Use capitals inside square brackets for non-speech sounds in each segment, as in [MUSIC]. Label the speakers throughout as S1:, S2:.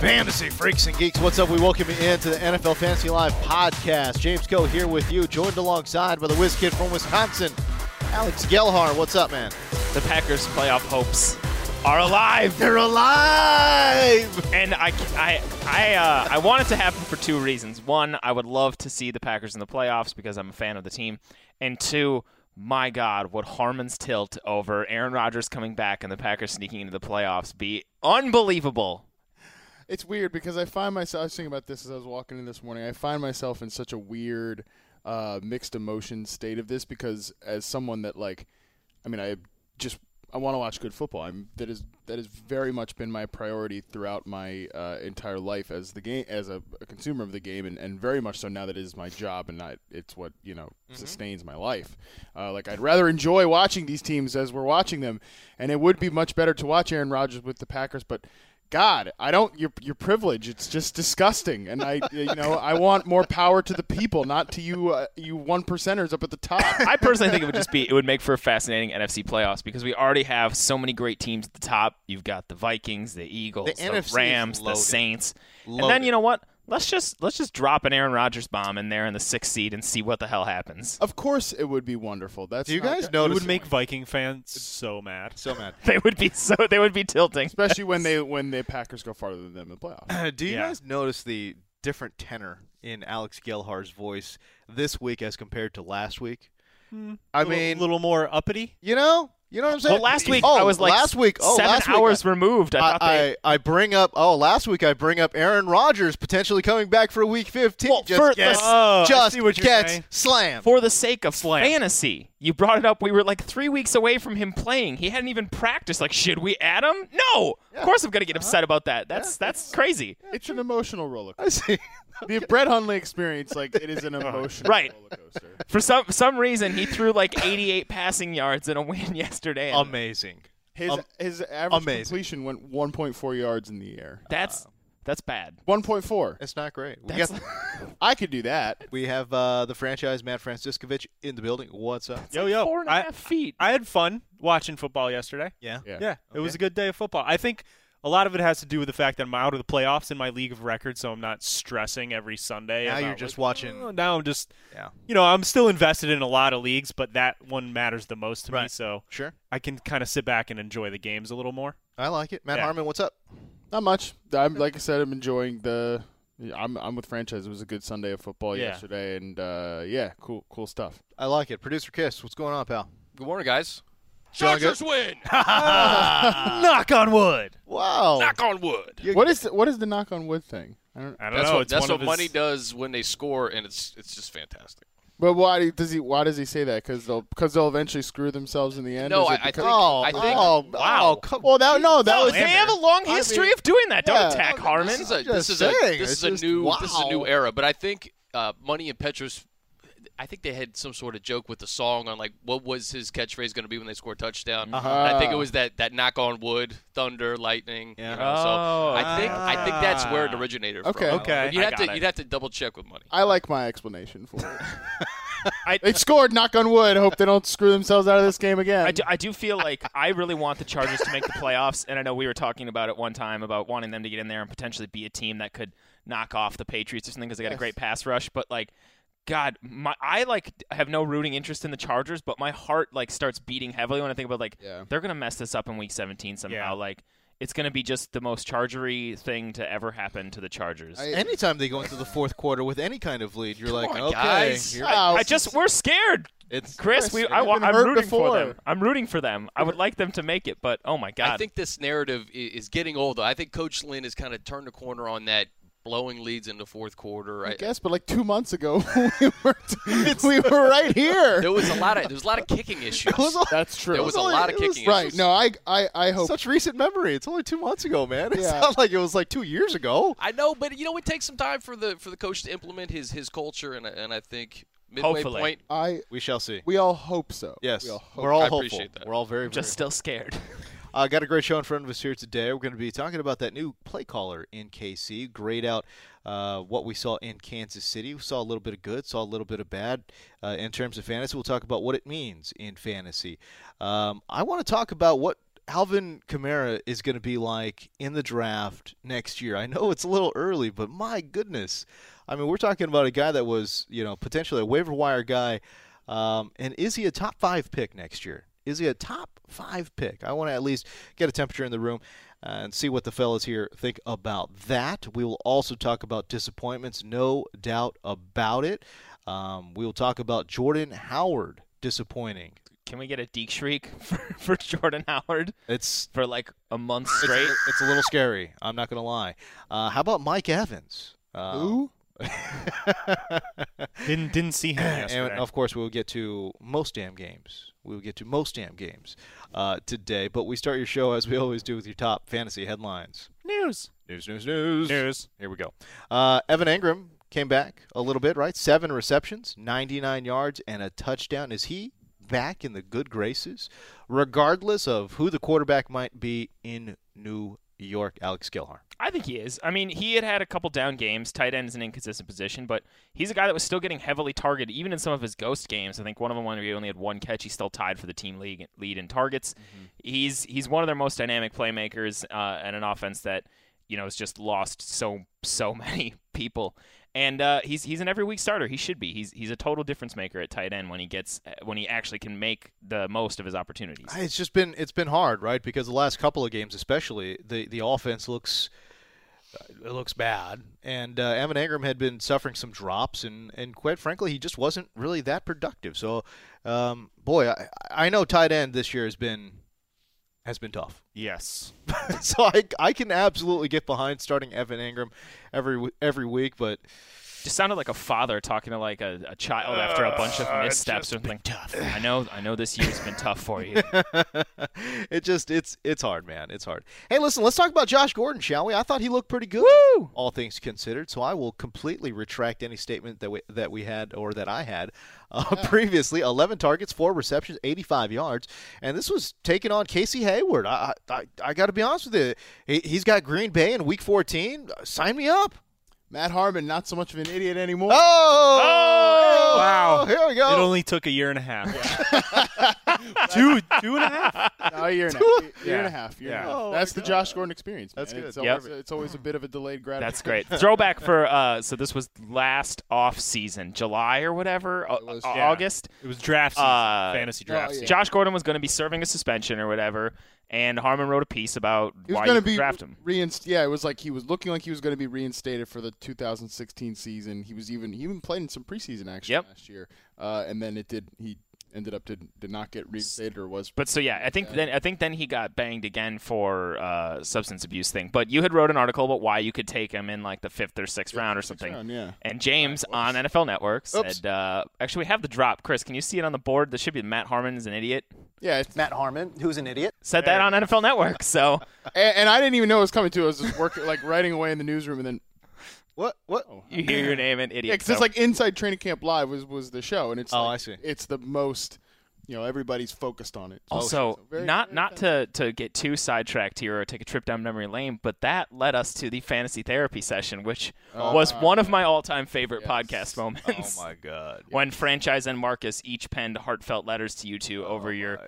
S1: Fantasy freaks and geeks, what's up? We welcome you into the NFL Fantasy Live podcast. James Coe here with you, joined alongside by the whiz kid from Wisconsin, Alex Gelhar. What's up, man?
S2: The Packers' playoff hopes are alive,
S1: They're alive!
S2: and I, I, I, uh, I want it to happen for two reasons. One, I would love to see the Packers in the playoffs because I'm a fan of the team, and two, my God, would Harmon's tilt over Aaron Rodgers coming back and the Packers sneaking into the playoffs be unbelievable?
S3: it's weird because I find myself. I was thinking about this as I was walking in this morning. I find myself in such a weird, uh, mixed emotion state of this because as someone that like, I mean, I just I want to watch good football. I'm that is that has very much been my priority throughout my uh, entire life as the game as a, a consumer of the game, and, and very much so now that it is my job and not it's what you know sustains my life. Uh, like I'd rather enjoy watching these teams as we're watching them, and it would be much better to watch Aaron Rodgers with the Packers, but. God, I don't. Your your privilege. It's just disgusting, and I, you know, I want more power to the people, not to you, uh, you one percenters up at the top.
S2: I personally think it would just be it would make for a fascinating NFC playoffs because we already have so many great teams at the top. You've got the Vikings, the Eagles,
S1: The
S2: the,
S1: NFC is
S2: Rams, the
S1: loaded.
S2: Saints. And then
S1: Loaded.
S2: you know what? Let's just let's just drop an Aaron Rodgers bomb in there in the sixth seed and see what the hell happens. [LAUGHS]
S3: Of course, it would be wonderful. That's
S1: Do you
S3: not-
S1: guys
S4: It
S1: notice?
S4: would make Viking fans so mad.
S1: so mad.
S2: They would be so they would be tilting.
S3: [LAUGHS] especially when they when the Packers go farther than them
S1: [LAUGHS]
S3: in the
S1: [LAUGHS]
S3: playoffs.
S1: Do you
S4: Yeah.
S1: guys notice the different tenor in Alex Gelhar's voice this week as compared to last week? I
S4: Little-
S1: mean,
S4: little more uppity.
S1: you know, you know what I'm saying.
S2: Hmm. Well, last week
S1: oh,
S2: I was like
S1: last week, oh,
S2: seven
S1: last
S2: hours
S1: week, I-
S2: removed. I, thought they,
S1: I, I, I bring up oh last week I bring up Aaron Rodgers potentially coming back for week 15
S2: Well,
S1: just
S2: for the-
S1: gets,
S4: Oh, I
S1: just
S4: see what you're
S1: gets
S4: saying.
S1: slammed
S2: for the sake of
S4: Slam.
S2: fantasy, you brought it up. We were like three weeks away from him playing. He hadn't even practiced. Like, should we add him? No. Of course, I'm gonna
S1: Uh-huh.
S2: get upset about that. That's that's crazy.
S3: It's an emotional roller
S1: I
S3: coaster.
S1: [LAUGHS] see
S3: The Brett Hundley experience, like it
S1: [LAUGHS]
S3: is an emotional
S2: Right.
S3: roller coaster.
S2: For some some reason, he threw like [LAUGHS] 88 passing yards in a win [LAUGHS] yesterday. and
S1: amazing
S3: His
S1: Um,
S3: his average
S1: amazing.
S3: completion went 1.4 yards in the air.
S2: that's that's bad.
S3: 1.4.
S1: it's not great we,
S2: That's-
S1: got-
S3: I could do that.
S1: we have uh, the franchise Matt Franciscovich in the building what's up
S4: yo yo,
S2: Four and a
S4: I,
S2: half feet.
S4: I had fun watching football yesterday.
S1: yeah
S4: Yeah,
S1: Okay.
S4: it was a good day of football. I think a lot of it has to do with the fact that I'm out of the playoffs in my league of records, so I'm not stressing every Sunday.
S1: Now
S4: about,
S1: you're just
S4: like,
S1: watching-
S4: "Oh, now I'm just,
S1: yeah
S4: you know, I'm still invested in a lot of leagues, but that one matters the most to me.
S1: Right.
S4: So
S1: sure
S4: I can kind of sit back and enjoy the games a little more.
S1: I like it Matt
S4: Yeah.
S1: Harmon what's up
S3: Not much.
S1: [LAUGHS]
S3: I'm like I said, I'm enjoying the. I'm I'm with franchise. It was a good Sunday of football
S4: Yeah.
S3: yesterday, and uh, yeah, cool cool stuff.
S1: I like it producer Kiss what's going on pal
S5: Good morning, guys.
S1: John
S5: Chargers win.
S1: Uh,
S4: Knock on wood.
S1: wow
S5: Knock on wood.
S3: What is the, what is the knock on wood thing? I don't.
S4: I don't
S5: That's
S4: know.
S5: what
S4: it's
S5: that's
S4: one
S5: what
S4: of his-
S5: money does when they score, and it's it's just fantastic.
S3: But why do- does he why does he say that? Because they'll because they'll eventually screw themselves in the end.
S5: No,
S3: Is it
S5: I- I
S3: because-
S5: think-
S1: oh
S5: I think-
S1: oh
S2: wow.
S1: oh, come
S3: well, that no, that
S2: No,
S4: oh,
S3: was
S2: Oh, they have a long history of doing that. Don't
S3: yeah.
S2: attack Harmon.
S5: This is a
S1: just
S5: this is a
S1: saying,
S5: this
S1: it's
S5: is a
S1: just-
S5: new this is a
S1: wow.
S5: new era. But I think uh, Money and Petrus, I think they had some sort of joke with the song on like what was his catchphrase going to be when they score a touchdown.
S1: Uh-huh.
S5: And I think it was that that knock on wood, thunder, lightning. you
S1: Yeah.
S5: know, so
S2: Oh,
S5: I think I think that's where
S1: Ah.
S5: it originated from.
S3: Okay.
S4: Okay,
S5: But you'd
S4: I
S5: have
S4: got
S5: to
S4: it.
S5: you'd have to double check with Money.
S3: I like my explanation for it.
S1: [LAUGHS]
S2: I,
S3: They scored. Knock on wood. Hope they don't screw themselves out of this game again. [LAUGHS]
S2: I do, I do feel like I really want the Chargers to make the playoffs, and I know we were talking about it one time about wanting them to get in there and potentially be a team that could knock off the Patriots or something because they got a great pass rush. But like, God, my I like have no rooting interest in the Chargers, but my heart like starts beating heavily when I think about like they're gonna mess this up in Week 17 somehow.
S4: Yeah.
S2: Like, it's gonna be just the most Chargery thing to ever happen to the Chargers. I,
S1: Anytime they go into the fourth quarter with any kind of lead, you're like,
S5: on,
S1: okay,
S5: guys.
S1: here-
S3: Wow.
S2: I just we're scared.
S1: it's
S2: Chris, we, I,
S3: they've
S2: wa-
S3: been
S2: I'm
S3: hurt
S2: rooting for
S1: [LAUGHS]
S3: before.
S2: them. I'm rooting for them. I would like them to make it, but oh my god!
S5: I think this narrative i- is getting older. I think Coach Lynn has kind of turned the corner on that blowing leads in the fourth quarter.
S3: I guess, but like two months ago, [LAUGHS]
S1: [LAUGHS]
S3: we were, we were right here.
S5: there was a lot of there was a lot of kicking issues.
S3: That's true.
S5: There was a lot of kicking
S3: Right.
S5: issues.
S3: No, I I, I hope.
S1: such recent memory. It's only two months ago, man. [LAUGHS] It's
S3: Yeah.
S1: not like it was like two years ago.
S5: I know, but you know it takes some time for the for the coach to implement his his culture, and I- and I think midway
S2: Hopefully.
S5: point.
S3: I
S1: We shall see.
S3: we all hope so.
S1: Yes,
S3: We all hope.
S1: are all
S5: I
S1: hopeful.
S5: appreciate that.
S1: We're all very, very
S2: just still scared. [LAUGHS]
S1: Uh, got a great show in front of us here today. We're going to be talking about that new play caller in KC. Grade out uh, what we saw in Kansas City. We saw a little bit of good, saw a little bit of bad uh, in terms of fantasy. We'll talk about what it means in fantasy. Um, I want to talk about what Alvin Kamara is going to be like in the draft next year. I know it's a little early, but my goodness. I mean, we're talking about a guy that was, you know, potentially a waiver wire guy. Um, and is he a top five pick next year? Is he a top five pick? I want to at least get a temperature in the room uh, and see what the fellas here think about that. We will also talk about disappointments, no doubt about it. Um, we will talk about Jordan Howard disappointing.
S2: Can we get a Deke shriek [LAUGHS] for, for Jordan Howard
S1: It's
S2: for like a month straight?
S1: it's a little scary. I'm not going to lie. Uh, how about Mike Evans? Uh, [LAUGHS]
S3: Who?
S4: Didn't didn't see
S1: [CLEARS THROAT]
S4: him
S1: and
S4: yesterday.
S1: of course we will get to most damn games we will get to most damn games uh, today but we start your show as we always do with your top fantasy headlines
S4: News.
S1: news news news
S4: News.
S1: here we go uh, evan ingram came back a little bit right seven receptions 99 yards and a touchdown is he back in the good graces regardless of who the quarterback might be in new york alex gilhar
S2: I think he is. I mean, he had had a couple down games. Tight end is an inconsistent position, but he's a guy that was still getting heavily targeted, even in some of his ghost games. I think one of them when he only had one catch, he's still tied for the team league lead in targets. He's he's one of their most dynamic playmakers uh, and an offense that you know has just lost so so [LAUGHS] many people. And uh, he's he's an every week starter. He should be. He's he's a total difference maker at tight end when he gets when he actually can make the most of his opportunities.
S1: It's just been it's been hard, right? Because the last couple of games, especially the the offense looks it looks bad, and uh, Evan Ingram had been suffering some drops, and and quite frankly, he just wasn't really that productive. So, um, boy, I, I know tight end this year has been has been tough. [LAUGHS]
S4: Yes.
S1: so I, I can absolutely get behind starting Evan Ingram every w- every week, but
S2: just sounded like a father talking to like a, a child after a bunch
S3: Uh,
S2: of missteps or something. I know, I know, this year's been tough for you.
S1: it just it's it's hard, man. It's hard. Hey, listen, let's talk about Josh Gordon, shall we? I thought he looked pretty good, all things considered. So I will completely retract any statement that we that we had or that I had
S3: [LAUGHS]
S1: uh, previously. Eleven targets, four receptions, eighty-five yards, and this was taking on Casey Hayward. I I, I, I got to be honest with you, he, he's got Green Bay in Week 14. Uh, Sign me up.
S3: Matt Harmon, not so much of an idiot anymore.
S1: [LAUGHS] Oh,
S4: Wow.
S1: Here we go.
S4: It only took a year and a half. two two and a half.
S3: No, a year and a half. Year
S4: Yeah.
S3: and a half. Year and
S4: Yeah.
S3: a half. That's the Josh Gordon experience. man.
S1: Oh, That's good.
S3: It's
S1: Yep.
S3: always, it's always a bit of a delayed gratification.
S2: That's great. Throwback for uh, so this was last off season, July or whatever, au-
S3: was,
S2: au-
S4: yeah.
S2: August.
S4: [LAUGHS] It was draft season.
S2: Uh,
S4: fantasy draft
S3: oh, yeah.
S4: season.
S2: Josh Gordon was going to be serving a suspension or whatever, and Harmon wrote a piece about
S3: He was
S2: why
S3: going
S2: you
S3: to be
S2: draft him.
S3: reinst- Yeah, it was like he was looking like he was going to be reinstated for the 2016 season. He was even he even played in some preseason action
S2: Yep.
S3: last year, uh, and then it did. He ended up did did not get reinstated or was.
S2: But so yeah, I think then I think then he got banged again for uh, substance abuse thing. But you had wrote an article about why you could take him in like the fifth or sixth round or something.
S3: round, yeah.
S2: And James on NFL Network said, uh, actually, we have the drop. Chris, can you see it on the board? This should be Matt Harmon is an idiot.
S3: yeah, it's,
S6: Matt Harmon, who's an idiot.
S2: Said that on NFL Network.
S3: [LAUGHS]
S2: So
S3: and, and I didn't even know it was coming to. I was just working like writing away in the newsroom, and then
S1: What what?
S2: you hear your name and idiot.
S3: Yeah, because it's
S2: So
S3: like Inside Training Camp Live was was the show, and it's
S1: Oh,
S3: like-
S1: I see.
S3: It's the most you know everybody's focused on it. So-
S2: Also,
S3: Oh, so very-
S2: not
S3: very
S2: not to, to get too sidetracked here or take a trip down memory lane, but that led us to the fantasy therapy session, which
S3: Oh,
S2: was one of my all time favorite podcast moments.
S1: Oh my god.
S2: When franchise and Marcus each penned heartfelt letters to you two
S4: Oh
S2: over your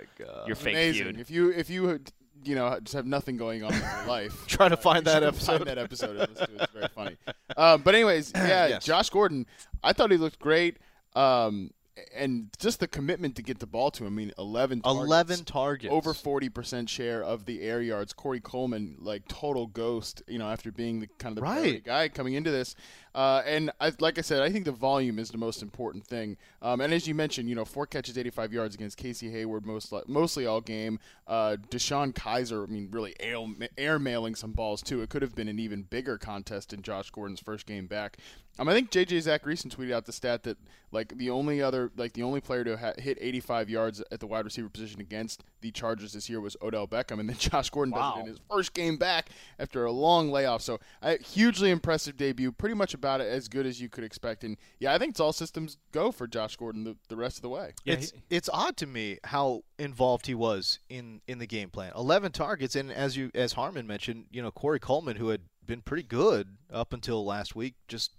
S2: your fake
S3: amazing.
S2: feud.
S3: If you if you had, you know just have nothing going on in your [LAUGHS] life,
S1: Try to
S3: you
S1: find that
S3: should
S1: episode.
S3: [LAUGHS] Find that episode. and listen to it. It's very funny. Um, but
S1: [CLEARS THROAT]
S3: anyways, yeah,
S1: Yes.
S3: Josh Gordon. I thought he looked great. Um, and just the commitment to get the ball to him. I mean, eleven. Targets.
S1: 11 targets.
S3: over 40% share of the air yards. Corey Coleman, like total ghost, you know, after being the kind of the priority
S1: Right.
S3: guy coming into this. Uh, and I, like I said, I think the volume is the most important thing. Um, and as you mentioned, you know, four catches, 85 yards against Casey Hayward, most li- mostly all game. Uh, Deshaun Kaiser, I mean, really air, air mailing some balls too. It could have been an even bigger contest in Josh Gordon's first game back. Um, I think JJ Zach Reason tweeted out the stat that like the only other like the only player to ha- hit 85 yards at the wide receiver position against the Chargers this year was Odell Beckham, and then [LAUGHS] Josh Gordon does it in his first game back after a long layoff. So a hugely impressive debut, pretty much about it as good as you could expect. And yeah, I think it's all systems go for Josh Gordon the, the rest of the way.
S1: it's it's odd to me how involved he was in in the game plan. Eleven targets, and as you as Harmon mentioned, you know Corey Coleman, who had been pretty good up until last week, just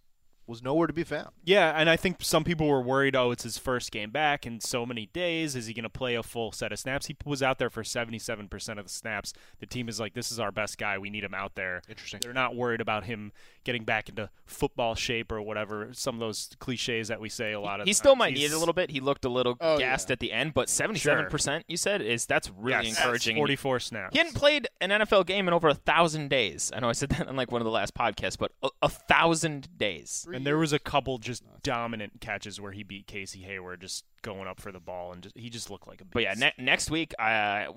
S1: was nowhere to be found.
S4: Yeah, and I think some people were worried, oh, it's his first game back in so many days. Is he going to play a full set of snaps? He was out there for 77% of the snaps. The team is like, this is our best guy. We need him out there. Interesting. They're not worried about him getting back into football shape or whatever, some of those cliches that we say a lot of
S2: He
S4: the
S2: still
S4: times.
S2: might need
S4: He's-
S2: it a little bit. He looked a little
S3: Oh,
S2: gassed
S3: yeah.
S2: at the end, but 77% you said is that's really
S4: Yes,
S2: encouraging.
S4: 44 snaps.
S2: He hadn't played an NFL game in over a thousand days. I know I said that on like one of the last podcasts, but a, a thousand days.
S4: and there was a couple just dominant catches where he beat Casey Hayward just going up for the ball, and just, he just looked like a beast.
S2: But yeah, ne- next week, I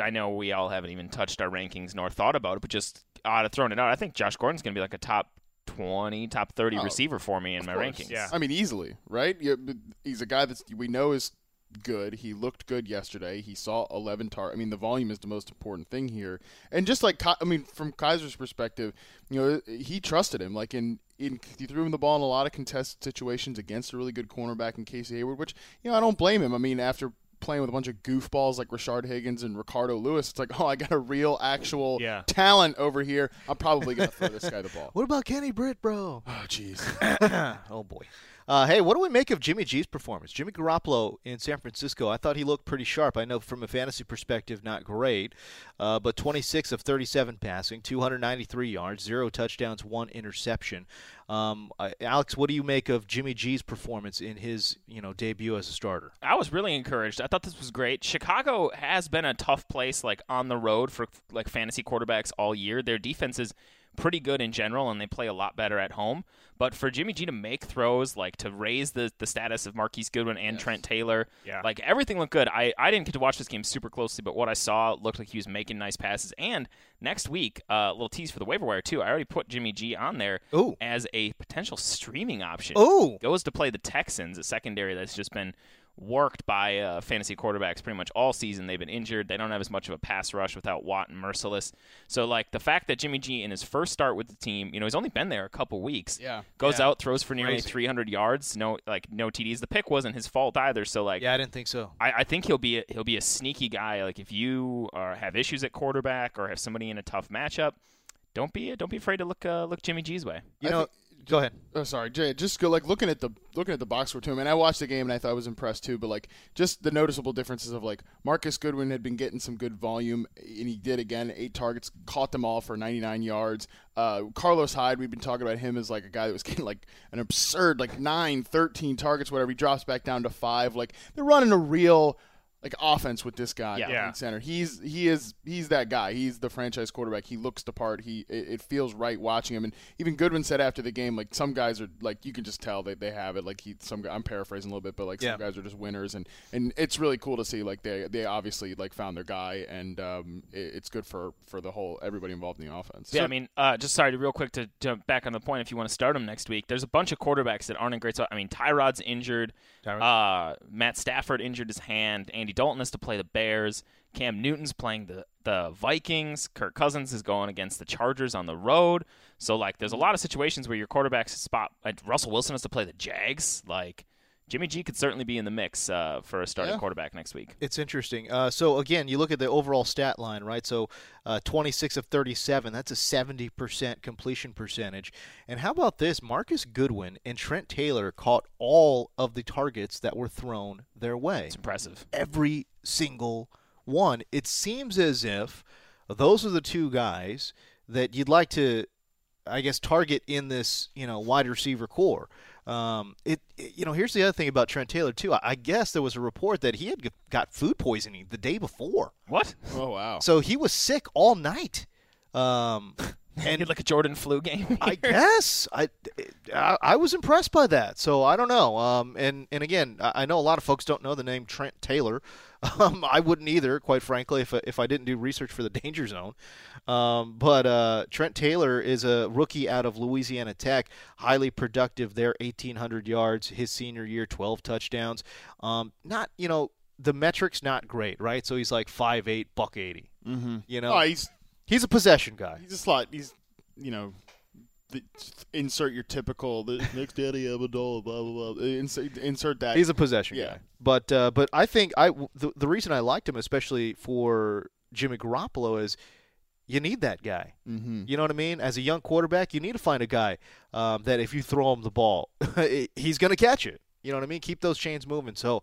S2: I know we all haven't even touched our rankings nor thought about it, but just out of throwing it out, I think Josh Gordon's gonna be like a top twenty, top thirty receiver for me in my rankings.
S4: Oh, yeah.
S3: I mean, easily, right? Yeah, but He's a guy that we know is good. He looked good yesterday. He saw 11 tar. I mean, the volume is the most important thing here. And just like, Ki- I mean, from Kaiser's perspective, you know, he trusted him. Like, in, in he threw him the ball in a lot of contested situations against a really good cornerback in Casey Hayward, which, you know, I don't blame him. I mean, after playing with a bunch of goofballs like Rashard Higgins and Ricardo Lewis, it's like, oh, I got a real, actual
S4: Yeah.
S3: talent over here. I'm probably going to throw this guy the ball.
S1: What about Kenny Britt, bro?
S3: [LAUGHS] Oh, jeez.
S1: oh boy. Uh, hey, what do we make of Jimmy G's performance? Jimmy Garoppolo in San Francisco. I thought he looked pretty sharp. I know from a fantasy perspective, not great, uh, but 26 of 37 passing, 293 yards, zero touchdowns, one interception. Um, uh, Alex, what do you make of Jimmy G's performance in his you know debut as a starter?
S2: I was really encouraged. I thought this was great. Chicago has been a tough place, like on the road for like fantasy quarterbacks all year. Their defense is pretty good in general, and they play a lot better at home. But for Jimmy G to make throws, like to raise the, the status of Marquise Goodwin and Trent Taylor,
S4: Yeah.
S2: like everything looked good. I, I didn't get to watch this game super closely, but what I saw looked like he was making nice passes. And next week, a uh, little tease for the waiver wire too. I already put Jimmy G on there
S1: Ooh.
S2: as a potential streaming option
S1: Oh,
S2: goes to play the Texans, a secondary that's just been worked by uh, fantasy quarterbacks pretty much all season. They've been injured. They don't have as much of a pass rush without Watt and Merciless. So, like, the fact that Jimmy G in his first start with the team, you know, he's only been there a couple weeks.
S3: Yeah.
S2: Goes out, throws for nearly 300 yards. No, like, no TDs. The pick wasn't his fault either. So, like,
S1: yeah, I didn't think so.
S2: I, I think he'll be a, he'll be a sneaky guy. Like if you are, have issues at quarterback or have somebody in a tough matchup, don't be don't be afraid to look uh, look Jimmy G's way.
S1: You
S3: I
S1: know, go ahead.
S3: Oh, sorry, Jay. Just go like looking at the looking at the box score too. I mean, I watched the game and I thought I was impressed too. But like, just the noticeable differences of like Marcus Goodwin had been getting some good volume, and he did again. Eight targets, caught them all for 99 yards. Uh, Carlos Hyde, we've been talking about him as like a guy that was [LAUGHS] getting like an absurd like nine, 13 targets, whatever. He drops back down to five. Like they're running a real like offense with this guy
S2: Yeah.
S3: in center. He's he is he's that guy. He's the franchise quarterback. He looks the part. He it, it feels right watching him. And even Goodwin said after the game, like some guys are like you can just tell that they have it. Like he some guy- I'm paraphrasing a little bit, but like
S1: Yeah.
S3: some guys are just winners. And and it's really cool to see like they they obviously like found their guy, and um it, it's good for for the whole everybody involved in the offense.
S2: Yeah, I mean, uh, just sorry, to- real quick to jump back on the point. If you want to start him next week, there's a bunch of quarterbacks that aren't in great spot. I mean, Tyrod's injured. Uh, Matt Stafford injured his hand. Andy Dalton is to play the Bears. Cam Newton's playing the the Vikings. Kirk Cousins is going against the Chargers on the road.
S1: Mm-hmm.
S2: So like, there's a lot of situations where your quarterback's spot. Like, Russell Wilson has to play the Jags. Like, Jimmy G could certainly be in the mix uh, for a starting
S1: Yeah.
S2: quarterback next week.
S1: It's interesting. Uh, so again, you look at the overall stat line, right? So, uh, 26 of 37. That's a 70% completion percentage. And how about this? Marcus Goodwin and Trent Taylor caught all of the targets that were thrown their way.
S2: It's impressive.
S1: Every single one. It seems as if those are the two guys that you'd like to, I guess, target in this you know wide receiver core. Um, it, it- you know here's the other thing about Trent Taylor too. I, I guess there was a report that he had g- got food poisoning the day before,
S2: What? [LAUGHS]
S3: Oh wow.
S1: so he was sick all night. Um,
S2: And
S1: and
S2: like a Jordan flu game.
S3: [LAUGHS]
S1: I guess I, I I was impressed by that. So I don't know. Um, and and again, I I know a lot of folks don't know the name Trent Taylor. [LAUGHS] Um, I wouldn't either, quite frankly, if I, if I didn't do research for the [LAUGHS] Danger Zone. Um, but uh, Trent Taylor is a rookie out of Louisiana Tech, highly productive there, 1,800 yards his senior year, 12 touchdowns. Um, not you know the metrics not great, right? So he's like 5'8", buck 80. Mm-hmm. You know,
S3: Oh, he's
S1: he's a possession guy.
S3: he's a slot. He's you know, the, insert your typical the next daddy Amendola, blah blah blah. Insert, insert that.
S1: He's a possession
S3: Yeah.
S1: guy. But uh, but I think I the, the reason I liked him, especially for Jimmy Garoppolo, is you need that guy. Mm-hmm. You know what I mean? As a young quarterback, you need to find a guy um, that if you throw him the ball, [LAUGHS] he's going to catch it. You know what I mean? Keep those chains moving. So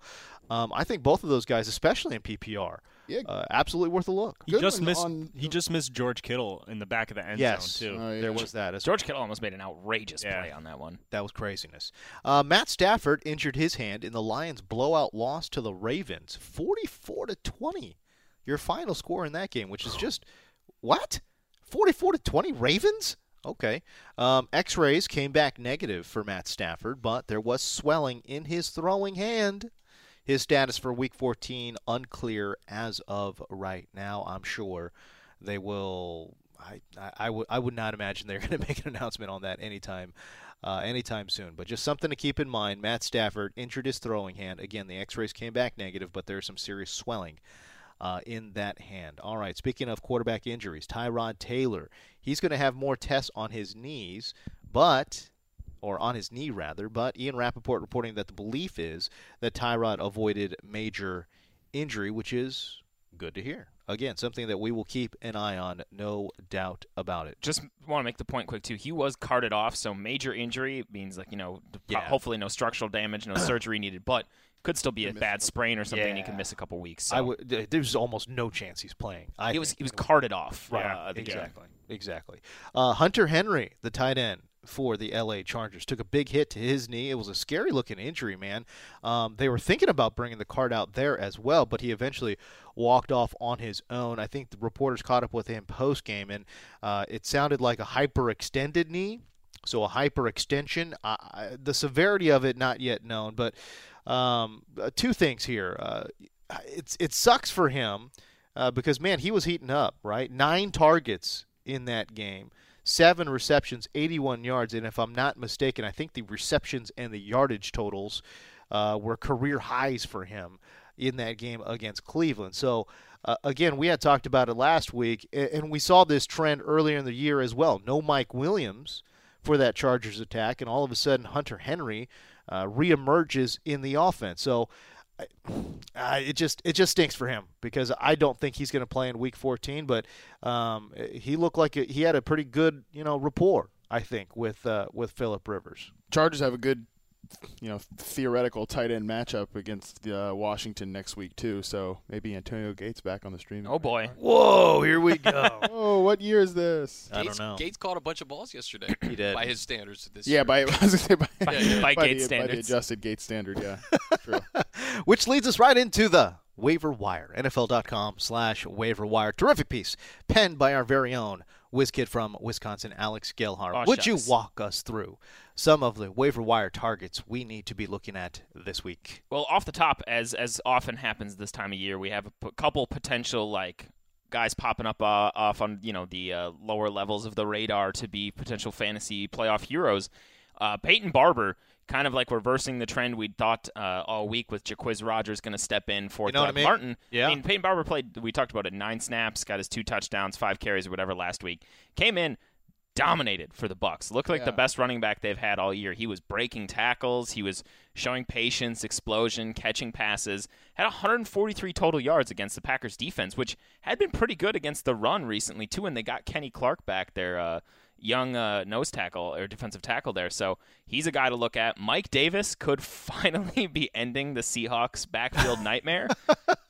S1: um, I think both of those guys, especially in PPR,
S3: Yeah.
S1: uh, absolutely worth a look.
S4: He
S3: Goodwin
S4: just missed.
S3: on-
S4: he just missed George Kittle in the back of the end
S1: Yes.
S4: zone too.
S3: Oh, yeah.
S1: There was that. as
S2: George Kittle almost made an outrageous
S4: Yeah.
S2: play on that one.
S1: That was craziness. Uh, Matt Stafford injured his hand in the Lions' blowout loss to the Ravens, forty-four to twenty. Your final score in that game, which is just what forty-four to twenty Ravens. Okay. Um, X-rays came back negative for Matt Stafford, but there was swelling in his throwing hand. His status for Week 14 unclear as of right now. I'm sure they will. I, I, I would I would not imagine they're [LAUGHS] going to make an announcement on that anytime, uh, anytime soon. But just something to keep in mind. Matt Stafford injured his throwing hand. Again, the X-rays came back negative, but there's some serious swelling uh, in that hand. All right. Speaking of quarterback injuries, Tyrod Taylor. He's going to have more tests on his knees, but or on his knee rather, but Ian Rappaport reporting that the belief is that Tyrod avoided major injury, which is good to hear. Again, something that we will keep an eye on, no doubt about it.
S2: Just want to make the point quick too. He was carted off, so major injury means like you know, d-
S1: Yeah.
S2: hopefully no structural damage,
S1: [CLEARS THROAT]
S2: no surgery needed, but could still be a bad sprain or something. and He
S1: Yeah.
S2: could miss a couple weeks. So
S1: I would. th- There's almost no chance he's playing. I
S2: he was
S1: think.
S2: he was carted off.
S4: Right.
S2: Uh, the game.
S1: exactly, exactly. Uh, Hunter Henry, the tight end for the L.A. Chargers, took a big hit to his knee. It was a scary looking injury, man. Um, they were thinking about bringing the card out there as well, but he eventually walked off on his own. I think the reporters caught up with him post game, and uh, it sounded like a hyperextended knee. So a hyperextension, I, I, the severity of it not yet known, but um, uh, two things here. Uh, it's it sucks for him uh, because man, he was heating up, right? Nine targets in that game, seven receptions, 81 yards, and if I'm not mistaken, I think the receptions and the yardage totals uh, were career highs for him in that game against Cleveland. So. Uh, again, we had talked about it last week, a- and we saw this trend earlier in the year as well. No Mike Williams, for that Chargers attack, and all of a sudden Hunter Henry uh, reemerges in the offense. So I- uh, it just it just stinks for him because I don't think he's going to play in Week 14. But um, he looked like a, he had a pretty good you know rapport, I think, with uh, with Philip Rivers.
S3: Chargers have a good, you know, theoretical tight end matchup against uh, Washington next week too. So maybe Antonio Gates back on the stream.
S2: Oh boy.
S1: Whoa, here we go.
S3: Oh, what year is this?
S1: I
S5: Gates,
S1: don't know.
S5: Gates caught a bunch of
S1: [CLEARS THROAT]
S5: balls yesterday. he
S1: did.
S5: by his standards this
S3: Yeah,
S5: year.
S3: by [LAUGHS] I was gonna say by,
S2: By- by
S3: the-
S2: Gates
S3: By the
S2: standards.
S3: adjusted Gates standard, yeah. True.
S1: Which leads us right into the waiver wire. NFL.com slash waiver wire. Terrific piece penned by our very own WizKid from Wisconsin, Alex Gelhar.
S2: Aw,
S1: Would you
S2: Oh, shucks.
S1: walk us through some of the waiver wire targets we need to be looking at this week?
S2: Well, off the top, as as often happens this time of year, we have a p- couple potential like guys popping up uh, off on you know the uh, lower levels of the radar to be potential fantasy playoff heroes. Uh, Peyton Barber, kind of like reversing the trend we'd thought uh, all week with Jaquiz Rogers going to step in for
S1: You know what I
S2: Doug
S1: mean?
S2: Martin.
S1: Yeah.
S2: I mean, Peyton Barber played. We talked about it. Nine snaps, got his two touchdowns, five carries or whatever last week. Came in. dominated for the Bucks. Looked like the
S3: Yeah.
S2: best running back they've had all year. He was breaking tackles, he was showing patience, explosion, catching passes. Had 143 total yards against the Packers defense, which had been pretty good against the run recently too. And they got Kenny Clark back there. Uh, Young uh, nose tackle or defensive tackle there, so he's a guy to look at. Mike Davis could [LAUGHS] finally be ending the Seahawks backfield nightmare.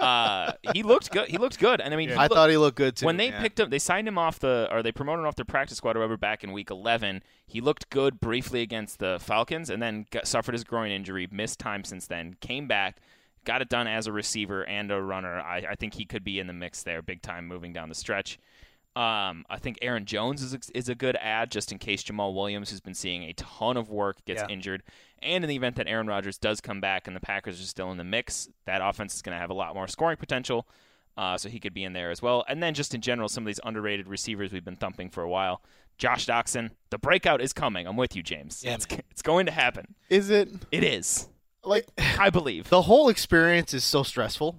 S2: Uh, he looked good. He looked good, and I mean, he
S1: I
S2: looked-
S1: thought he looked good too.
S2: when they
S1: man.
S2: picked him, they signed him off the, or they promoted him off the practice squad, or whatever, back in week 11. He looked good briefly against the Falcons and then got, suffered his groin injury, missed time since then, came back, got it done as a receiver and a runner. I, I think he could be in the mix there big time moving down the stretch. Um, I think Aaron Jones is a, is a good ad just in case Jamal Williams, who's been seeing a ton of work, gets injured. And in the event that Aaron Rodgers does come back and the Packers are still in the mix, that offense is going to have a lot more scoring potential. Uh, so he could be in there as well. And then just in general, some of these underrated receivers we've been thumping for a while. Josh Doxson, the breakout is coming. I'm with you, James. it's, it's going to happen.
S3: Is it
S2: It is.
S3: like
S2: I believe.
S1: the whole experience is so
S2: [LAUGHS]
S1: stressful.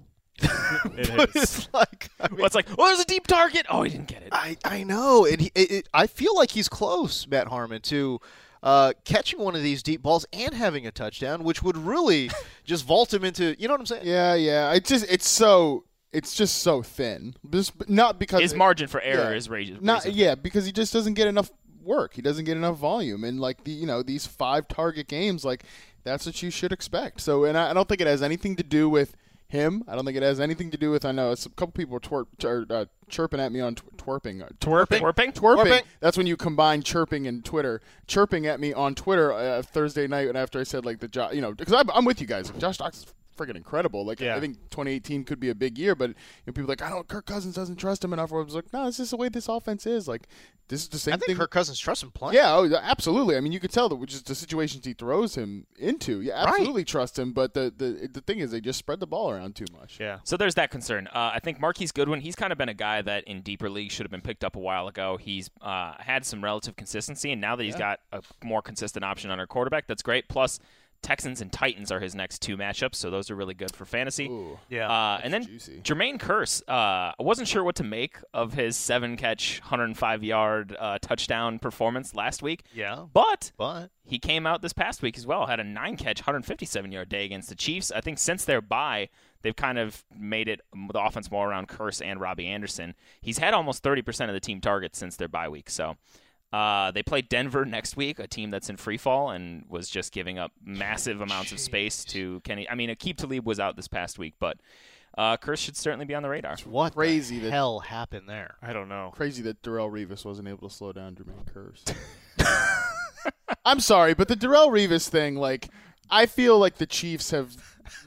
S4: It
S1: [LAUGHS]
S4: is.
S1: It's like I mean,
S2: Well, it's like, oh, there's a deep target. Oh, he didn't get it.
S1: I, I know, and he, it, it, I feel like he's close, Matt Harmon, to uh, catching one of these deep balls and having a touchdown, which would
S3: [LAUGHS]
S1: really just vault him into. You know what I'm saying?
S3: yeah, yeah. It just it's so it's just so thin. Just not because
S2: His
S3: it-
S2: margin for error is ra-
S3: Not
S2: reasonable.
S3: yeah, because he just doesn't get enough work. He doesn't get enough volume, and like the you know these five target games, like that's what you should expect. So, and I, I don't think it has anything to do with him. I don't think it has anything to do with. I know it's a couple people were twerp, twer- uh, chirping at me on tw- twerping. uh,
S2: Twerping. Twerping.
S3: twerping.
S1: Twerping.
S3: That's when you combine chirping and Twitter. Chirping at me on Twitter uh, Thursday night, and after I said like the Josh, you know, because I'm, I'm with you guys. Like, Josh Dox is freaking incredible. Like
S4: Yeah.
S3: I think 2018 could be a big year, but you know, people are like I don't. Kirk Cousins doesn't trust him enough. I was like, no, it's just the way this offense is. Like this is the same
S1: I think
S3: thing.
S1: Kirk Cousins trusts him plenty.
S3: yeah, oh, absolutely. I mean, you could tell that which is the situations he throws him into. You absolutely trust him, but the, the the thing is, they just spread the ball around too much.
S4: Yeah.
S2: So there's that concern. Uh, I think Marquise Goodwin, he's kind of been a guy that in deeper leagues should have been picked up a while ago. He's uh, had some relative consistency, and now that he's got a more consistent option on our quarterback, that's great. Plus, Texans and Titans are his next two matchups, so those are really good for fantasy.
S4: Yeah.
S2: Uh, and then
S3: juicy.
S2: Jermaine Curse, uh, I wasn't sure what to make of his seven catch, 105 yard uh, touchdown performance last week.
S1: Yeah.
S2: But
S1: But
S2: he came out this past week as well, had a nine catch, 157 yard day against the Chiefs. I think since their bye, they've kind of made it the offense more around Curse and Robbie Anderson. He's had almost 30% of the team targets since their bye week. So uh, they play Denver next week, a team that's in free fall and was just giving up massive amounts of space to Kenny. I mean, Akib Talib was out this past week, but uh, Curse should certainly be on the radar.
S1: what
S3: Crazy
S1: the
S3: that-
S1: hell happened there?
S4: I don't know.
S3: Crazy that Darrell Revis wasn't able to slow down Jermaine
S1: [LAUGHS]
S3: Curse. I'm sorry, but the Darrell Revis thing, like, I feel like the Chiefs have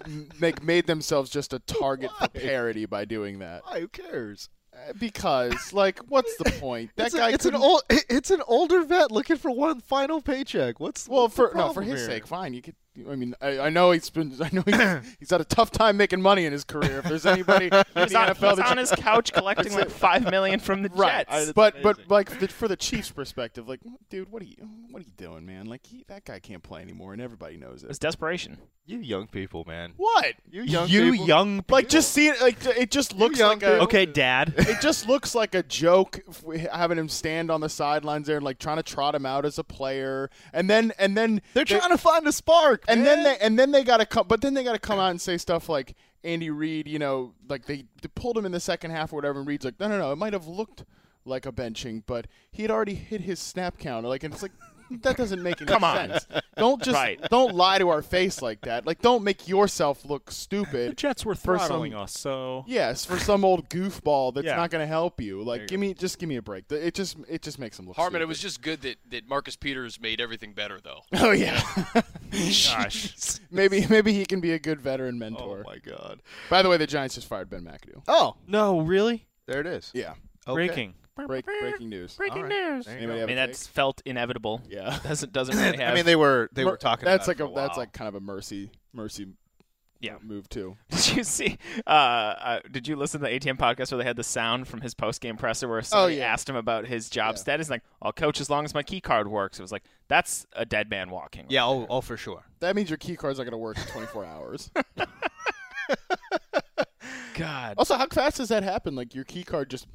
S3: m- make made themselves just a target for parody by doing that.
S1: Why? Who cares?
S3: Uh, Because, like, what's the point? That
S1: it's
S3: guy.
S1: A, it's an
S3: couldn't-
S1: old. [LAUGHS] It's an older vet looking for one final paycheck. What's
S3: Well,
S1: what's the
S3: for no, for
S1: problem
S3: his
S1: here?
S3: sake, fine. You could. I mean, I, I know he's been. I know he's, he's had a tough time making money in his career. If there's
S1: [LAUGHS]
S3: anybody in the NFL
S2: He's
S3: that
S2: on his couch collecting like $5 million from the
S3: Right,
S2: Jets.
S3: but but like the, for the Chiefs' perspective, like, dude, what are you what are you doing, man? Like he, that guy can't play anymore, and everybody knows
S2: It's
S3: it.
S2: desperation.
S1: you young people, man.
S3: What?
S1: You young
S4: you
S1: people.
S4: young
S3: Like just see it. Like it just looks
S1: young
S3: like a
S4: Okay, Dad.
S3: It just looks like a joke f- having him stand on the sidelines there and like trying to trot him out as a player, and then and then
S1: They're trying to find a spark,
S3: and
S1: man.
S3: then they and then they got to come, but then they got to come out and say stuff like Andy Reid, you know, like they, they pulled him in the second half or whatever, and Reid's like, no, no, no, it might have looked like a benching, but he had already hit his snap count, like, and it's like. That doesn't make any
S2: Come on.
S3: sense. Don't just
S2: Right.
S3: don't lie to our face like that. Like don't make yourself look
S4: The
S3: stupid.
S4: Jets were
S3: for some-
S4: throttling us, so
S3: Yes, for some old goofball that's
S4: Yeah.
S3: not going to help you. Like give me just give me a break. Th- It just it just makes them look
S5: Harmon, it was
S3: stupid.
S5: just good that, that Marcus Peters made everything better, though.
S3: [LAUGHS]
S1: Uh,
S3: Oh yeah. [LAUGHS]
S4: gosh.
S3: maybe maybe he can be a good veteran mentor.
S1: Oh my god.
S3: By the way, the Giants just fired Ben McAdoo.
S1: Oh,
S4: No, really?
S1: there it is.
S3: Yeah.
S1: Okay.
S4: Breaking.
S3: Break, breaking news.
S1: All right. There you go.
S3: Anybody have
S2: I mean,
S3: a take?
S2: that's felt inevitable.
S3: Yeah.
S2: [LAUGHS]
S1: [LAUGHS]
S2: Doesn't doesn't really have.
S1: I mean, they were they
S3: Mer-
S1: were talking.
S3: That's
S1: about
S3: like
S1: it
S3: a,
S1: for a
S3: that's
S1: while.
S3: like kind of a mercy mercy
S2: Yeah.
S3: move too.
S2: [LAUGHS] did you see? Uh, uh, did you listen to the ATM podcast where they had the sound from his post game presser where somebody
S1: Oh,
S3: yeah.
S2: asked him about his job status? Like, I'll coach as long as my key card works. It was like that's a dead man walking.
S1: yeah, oh, oh for sure.
S3: That means your key card's not going to work in
S2: [LAUGHS]
S3: 24 hours.
S2: God.
S3: Also, how fast does that happen? Like your key card just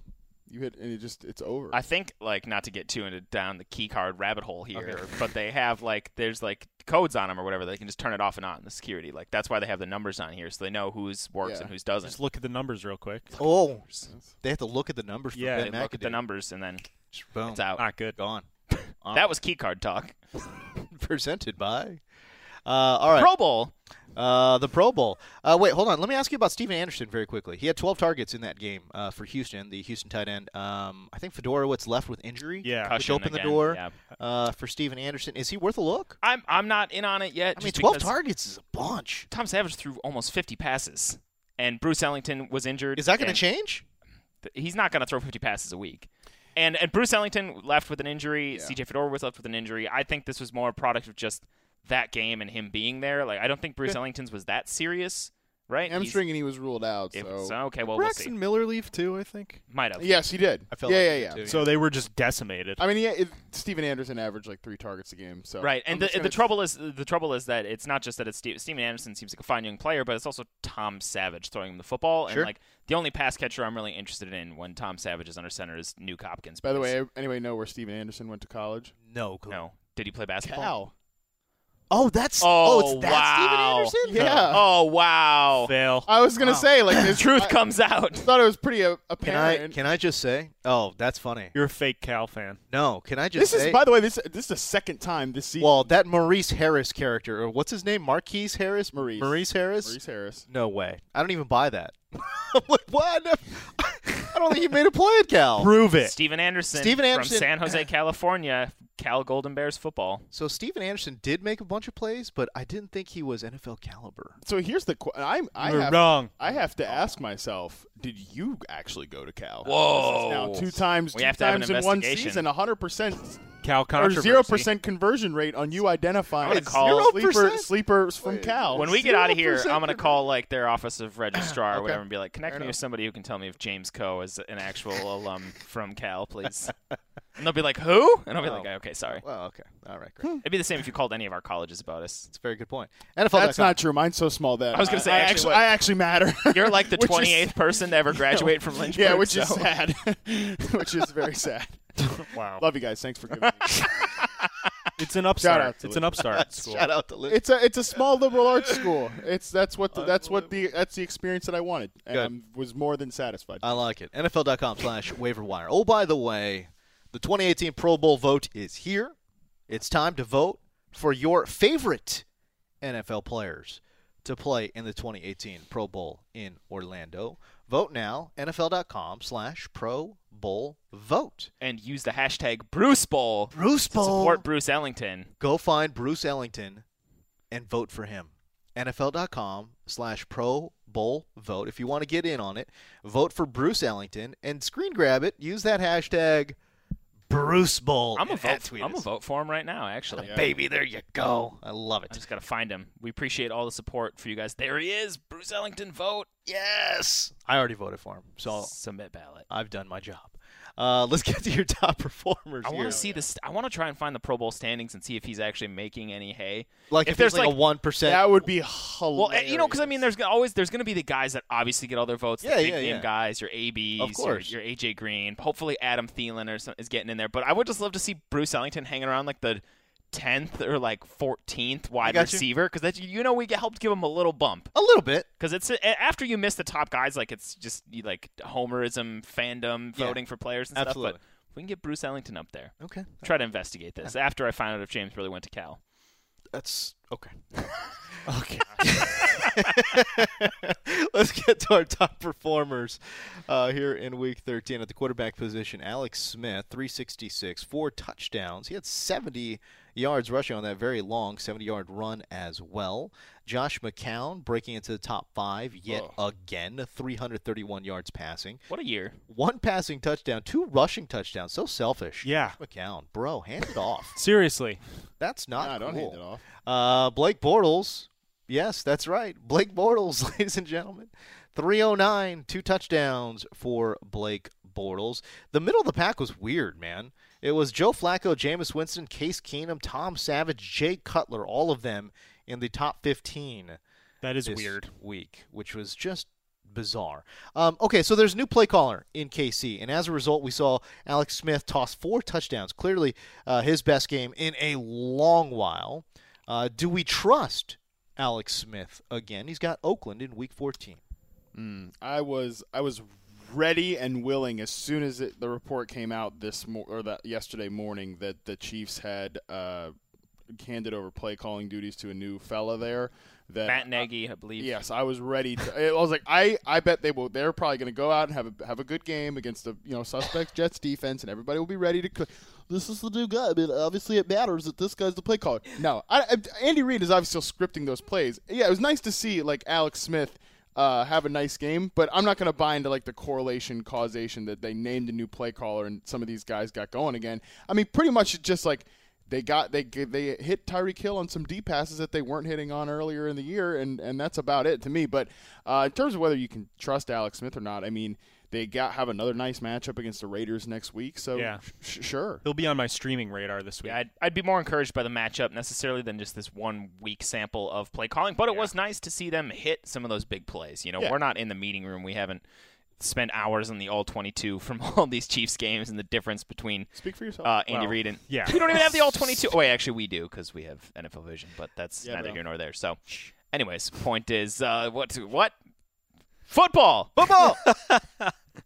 S3: You hit and it just it's over.
S2: I think like not to get too into down the key card rabbit hole here, but they have like there's like codes on them or whatever. They can just turn it off and on the security. Like that's why they have the numbers on here, so they know who's works
S3: Yeah.
S2: and who's doesn't.
S4: Just look at the numbers real quick.
S1: Oh, they have to look at the numbers. For
S4: Yeah,
S2: they
S1: Ben
S2: look at the
S1: McAdoo.
S2: numbers [LAUGHS] and then
S1: Boom.
S2: it's out.
S4: Not good.
S1: Gone. Um,
S2: That was key card talk.
S1: [LAUGHS] presented by. Uh, all right.
S2: Pro Bowl.
S1: Uh, the Pro Bowl. Uh, wait, hold on. Let me ask you about Steven Anderson very quickly. He had 12 targets in that game uh, for Houston, the Houston tight end. Um, I think Fedorowicz left with injury.
S4: Yeah.
S1: Which
S2: Cushion
S1: opened the
S2: again,
S1: door
S2: yeah.
S1: uh, for Steven Anderson. Is he worth a look?
S2: I'm I'm not in on it yet.
S1: I mean,
S2: just
S1: 12
S2: because
S1: targets is a bunch.
S2: Tom Savage threw almost 50 passes, and Bruce Ellington was injured.
S1: Is that going to
S2: and
S1: change?
S2: th- He's not going to throw 50 passes a week. And and Bruce Ellington left with an injury. CJ Fedorowicz left with an injury. I think this was more a product of just that game and him being there. Like I don't think Bruce Ellington's was that serious, right? He's-
S3: hamstring and he was ruled out.
S2: if-
S3: So,
S2: so, okay, well
S3: Braxton
S2: we'll see.
S3: Miller leave too. I think.
S2: Might have.
S3: Yes, he did.
S1: I felt
S3: yeah,
S1: like
S3: yeah,
S1: he
S3: yeah.
S1: did,
S4: So they were just decimated.
S3: I mean, yeah, it, Steven Anderson averaged like three targets a game. So
S2: Right,
S3: I'm
S2: and the,
S3: just gonna-
S2: the trouble is the trouble is that it's not just that it's Steve, Steven Anderson seems like a fine young player, but it's also Tom Savage throwing him the football,
S1: Sure.
S2: and like the only pass catcher I'm really interested in when Tom Savage is under center is New Hopkins.
S3: By the
S2: because-
S3: way, I- anyway, know where Steven Anderson went to college?
S1: No. clue.
S2: no, did he play basketball?
S3: Cal.
S1: Oh, that's.
S2: Oh,
S1: it's that
S2: wow.
S1: Steven Anderson?
S3: Yeah.
S2: Oh wow,
S4: Fail.
S3: I was gonna say [LAUGHS] like
S2: the
S3: his
S2: truth
S3: I,
S2: comes out.
S3: I thought it was pretty a-
S1: Can I,
S3: apparent.
S1: can I just say? Oh, that's funny.
S4: You're a fake Cal fan.
S1: No, can I just
S3: this
S1: say?
S3: is by the way this this is the second time this season.
S1: well, that Maurice Harris character, or what's his name? Marquise Harris?
S3: Maurice.
S1: Maurice Harris?
S3: Maurice Harris.
S1: No way. I don't even buy that. [LAUGHS] I'm like, what? [LAUGHS] I don't think he made a play at Cal.
S4: Prove it.
S2: Steven Anderson,
S1: Steven
S2: from
S1: Anderson-
S2: San Jose, California, Cal Golden Bears football.
S1: So Steven Anderson did make a bunch of plays, but I didn't think he was NFL caliber.
S3: So here's the qu- I'm I
S4: You were
S3: have,
S4: wrong.
S3: I have to ask myself: Did you actually go to Cal?
S2: Whoa.
S3: This is now two times,
S2: We
S3: two
S2: have to have an
S3: times in one
S2: investigation.
S3: season, 100 percent
S4: Cal
S3: or
S4: controversy.
S3: zero percent conversion rate on you identifying
S2: I'm gonna call-
S3: sleeper,
S1: 0%?
S3: sleepers from Cal.
S2: When we get out of here,
S3: 0%
S2: I'm going to call like their office of registrar or
S3: Okay.
S2: whatever and be like, connect
S3: Fair
S2: me
S3: enough.
S2: with somebody who can tell me if James Coe is an
S3: [LAUGHS]
S2: actual alum from Cal, please. And they'll be like, who? And I'll be like,
S1: Oh.
S2: okay, sorry.
S1: Well, okay. All right, great.
S2: It'd be the same if you called any of our colleges about us.
S1: That's a very good point. NFL.
S3: That's not true. Mine's so small that
S2: I was gonna say,
S3: I
S2: actually,
S3: actually,
S2: what-
S3: I actually matter.
S2: You're
S3: [LAUGHS]
S2: like the
S3: Which is-
S2: 28th person to
S3: [LAUGHS]
S2: ever graduate from Lynchburg.
S3: Yeah, which is
S2: so- [LAUGHS]
S3: sad. which is very sad.
S4: Wow.
S3: Love you guys. Thanks for [LAUGHS] giving me.
S4: It's an
S3: Shout out
S4: upstart.
S3: to
S4: It's
S3: it. [LAUGHS]
S4: an upstart school.
S1: Shout out to Lynn.
S3: It's a it's a small liberal arts school. It's that's what the, that's what the that's the experience that I wanted and
S1: Good.
S3: I'm, was more than satisfied.
S1: I like it. NFL.com slash waiver wire. Oh, by the way, the 2018 Pro Bowl vote is here. It's time to vote for your favorite NFL players to play in the 2018 Pro Bowl in Orlando. Vote now, NFL.com slash Pro Bowl vote.
S2: And use the hashtag Bruce Bowl to
S1: Bruce Bowl.
S2: support Bruce Ellington.
S1: Go find Bruce Ellington and vote for him. NFL.com slash Pro Bowl vote. If you want to get in on it, vote for Bruce Ellington and screen grab it. Use that hashtag Bruce Bowl.
S2: I'm a
S1: and at
S2: vote.
S1: tweet
S2: I'm a
S1: us.
S2: vote for him right now. Actually,
S1: Baby, there you go. I love
S2: I
S1: it.
S2: just gotta find him. We appreciate all the support for you guys. There he is, Bruce Ellington. Vote
S1: Yes. I already voted for him, so
S2: submit ballot.
S1: I've done my job. Uh, let's get to your top [LAUGHS] performers.
S2: I want
S1: here.
S2: to see this. I want to try and find the Pro Bowl standings and see if he's actually making any hay.
S1: Like
S2: if
S1: if, there's
S2: there's,
S1: like, a
S2: like-
S1: one percent.
S3: that would be hilarious.
S2: Well, eh, you know, because I mean, there's gonna- always there's going to be the guys that obviously get all their votes.
S1: Yeah,
S2: the big
S1: yeah,
S2: name
S1: yeah.
S2: guys, your ABs,
S1: Of course.
S2: Your, your AJ Green. Hopefully, Adam Thielen or some, is getting in there. But I would just love to see Bruce Ellington hanging around like the. 10th or like 14th wide
S1: got you.
S2: receiver because that you know we helped give him a little bump
S1: a little bit.
S2: Because it's a- after you miss the top guys, like it's just you, like homerism, fandom,
S1: Yeah,
S2: voting for players and
S1: absolutely.
S2: stuff. But we can get Bruce Ellington up there.
S1: Okay.
S2: Try to investigate this after I find out if James really went to Cal.
S1: That's okay. okay. [LAUGHS] Let's get to our top performers uh, here in week 13 at the quarterback position. Alex Smith, 366, four touchdowns. He had 70 yards rushing on that very long 70 yard run as well. Josh McCown breaking into the top five yet again, 331 yards passing.
S2: What a year!
S1: One passing touchdown, two rushing touchdowns. So selfish.
S4: Yeah.
S1: McCown, bro, hand it off.
S4: Seriously.
S1: That's not
S3: Nah, don't
S1: cool.
S3: hand it off.
S1: Uh, Blake Bortles. Yes, that's right. Blake Bortles, [LAUGHS] ladies and gentlemen. 309, two touchdowns for Blake Bortles. The middle of the pack was weird, man. It was Joe Flacco, Jameis Winston, Case Keenum, Tom Savage, Jay Cutler, all of them in the top 15
S4: That is
S1: this
S4: weird.
S1: week, which was just bizarre. Um, okay, so there's a new play caller in KC, and as a result, we saw Alex Smith toss four touchdowns. Clearly, uh, his best game in a long while. Uh, do we trust Alex Smith again? He's got Oakland in Week 14.
S3: I was I was ready and willing as soon as it, the report came out this mo- or that yesterday morning that the Chiefs had uh, handed over play calling duties to a new fella there. That
S2: Matt Nagy, I believe.
S3: Yes, I was ready. To, I was like, I, I bet they will. They're probably going to go out and have a have a good game against the you know suspect Jets defense, and everybody will be ready to. Cl- this is the new guy. I mean, obviously it matters that this guy's the play caller. No, I, I- Andy Reid is obviously still scripting those plays. Yeah, it was nice to see like Alex Smith. Uh, have a nice game, but I'm not going to buy into like the correlation causation that they named a new play caller and some of these guys got going again. I mean, pretty much it's just like they got they they hit Tyreek Hill on some deep passes that they weren't hitting on earlier in the year, and and that's about it to me. But uh, in terms of whether you can trust Alex Smith or not, I mean, they got have another nice matchup against the Raiders next week, so
S4: Yeah.
S3: sh- sure.
S4: He'll be on my streaming radar this week.
S2: Yeah, I'd, I'd be more encouraged by the matchup necessarily than just this one week sample of play calling. But it was nice to see them hit some of those big plays. You know,
S3: Yeah.
S2: we're not in the meeting room. We haven't spent hours on the all 22 [LAUGHS] from all these Chiefs games and the difference between
S3: Speak for yourself.
S2: uh, Andy
S4: Well,
S2: Reid and
S4: yeah.
S2: We don't even have the all 22. Oh, wait, actually, we do because we have NFL Vision, but that's
S3: Yeah,
S2: neither
S3: bro.
S2: here nor there. So, anyways, point is uh, what what football
S4: [LAUGHS]
S2: football.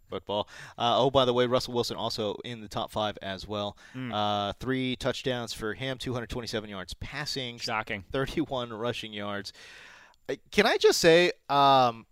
S1: football. Uh, oh, by the way, Russell Wilson also in the top five as well.
S4: Hmm.
S1: Uh, three touchdowns for him, 227 yards passing,
S4: Shocking.
S1: 31 rushing yards. Uh, Can I just say, um,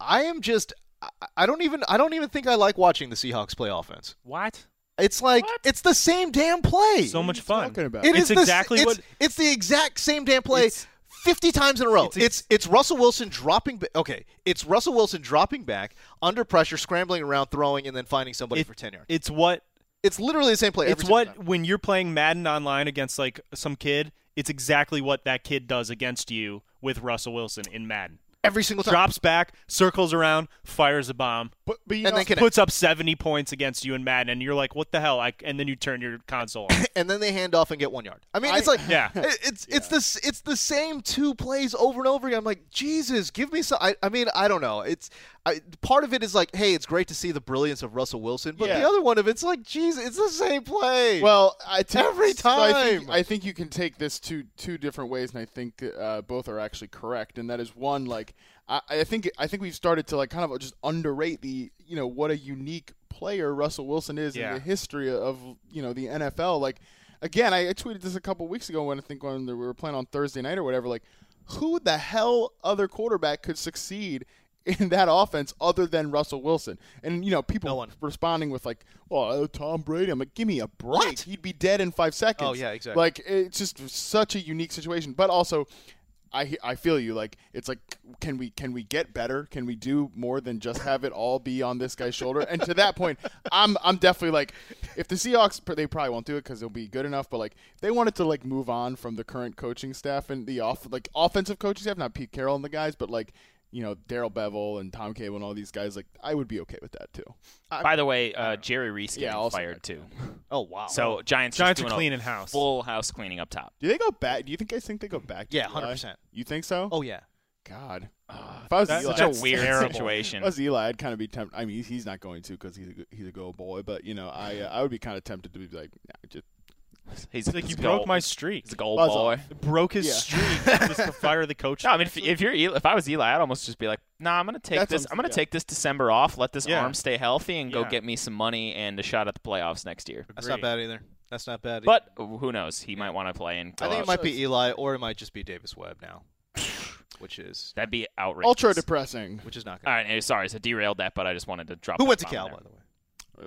S1: I am just. I- I don't even. I don't even think I like watching the Seahawks play offense.
S4: What?
S1: It's like it's the same damn play.
S4: So much fun.
S3: talking about?
S1: It
S4: it's
S1: is the s-
S4: exactly
S1: it's,
S4: what-
S1: It's the exact same damn play.
S4: It's-
S1: 50 times in a row. It's
S4: It's
S1: it's,
S4: ex-
S1: Russell Wilson dropping ba- okay, it's Russell Wilson dropping back under pressure, scrambling around, throwing and then finding somebody
S4: It-
S1: for 10 yards.
S4: It's what
S1: it's literally the same play every
S4: it's
S1: single
S4: what
S1: time.
S4: when you're playing Madden online against like some kid, it's exactly what that kid does against you with Russell Wilson in Madden.
S1: every single time.
S4: Drops back, circles around, fires a bomb,
S3: But, but you
S1: and
S3: know,
S1: then connect.
S4: puts up 70 points against you in Madden and you're like, "What the hell?" I, and then you turn your console
S2: [LAUGHS]
S4: on.
S1: and then they hand off and get 1 yard. I mean,
S3: I-
S1: it's like
S4: Yeah.
S1: [LAUGHS] it- it's it's this it's the same two plays over and over again. I'm like, "Jesus, give me some I, I mean, I don't know. It's I, part of it is like, "Hey, it's great to see the brilliance of Russell Wilson." But
S3: Yeah.
S1: the other one of it's like, "Jesus, it's the same play."
S3: Well, [LAUGHS] I t-
S1: Every
S3: so I think,
S1: time.
S3: I think you can take this two two different ways, and I think uh, both are actually correct. And that is one, like I, I think I think we've started to like kind of just underrate the you know what a unique player Russell Wilson is in
S4: Yeah.
S3: the history of you know the NFL. Like again, I, I tweeted this a couple weeks ago when I think when we were playing on Thursday night or whatever. Like, who the hell other quarterback could succeed? [LAUGHS] In that offense, other than Russell Wilson, and you know people
S1: No one.
S3: responding with like, "Well, uh, Tom Brady." I'm like, "Give me a break." He'd be dead in five seconds.
S1: Oh, yeah, exactly.
S3: Like it's just such a unique situation, but also. I, he- I feel you like it's like can we can we get better can we do more than just have it all be on this guy's shoulder and to that point I'm I'm definitely like if the Seahawks they probably won't do it because they'll be good enough but like if they wanted to like move on from the current coaching staff and the off like offensive coaching staff not Pete Carroll and the guys but like you know Daryl Bevell and Tom Cable and all these guys like I would be okay with that too
S2: By the way, uh, Jerry Reese
S3: Yeah,
S2: getting
S3: also
S2: fired
S3: not
S2: too.
S1: oh wow.
S2: So Giants just
S4: Giants are
S2: doing a
S4: cleaning house.
S2: full house cleaning up top.
S3: do they go back do you think guys think they go back to
S1: Yeah,
S3: Eli?
S1: 100%.
S3: you think so
S1: oh yeah.
S3: God. if I was
S4: uh, that's
S3: Eli,
S4: such a weird
S3: terrible.
S2: situation.
S3: If I was Eli, I'd kind of be tempted. I mean, he's, he's not going to because he's a, go- he's a go boy, but you know, I uh, I would be kind of tempted to be like, nah, just
S2: He's
S4: It's like
S2: he's
S4: you
S2: a goal-
S4: broke my streak.
S2: He's a goal
S3: Buzz
S2: boy.
S3: off.
S4: broke his
S3: Yeah.
S1: [LAUGHS]
S4: streak just to fire the coach.
S2: No, I mean if, if you're Eli, if I was Eli, I'd almost just be like, Nah, I'm gonna take
S3: That's
S2: this.
S3: what I'm
S2: I'm gonna
S3: saying, yeah.
S2: take this December off. Let this
S4: Yeah.
S2: arm stay healthy and go
S4: Yeah.
S2: get me some money and a shot at the playoffs next year.
S1: That's not bad either. That's not bad.
S2: But uh, who knows? He might want to play and go.
S1: I think
S2: out.
S1: it might be Eli, or it might just be Davis Webb now, which is
S2: That'd be outrageous.
S3: ultra depressing.
S1: which is not
S2: All
S1: going.
S2: right, eh, sorry, so derailed that, but I just wanted to drop.
S1: Who
S2: that
S1: went to
S2: bomb
S1: Cal,
S2: there.
S1: by the way?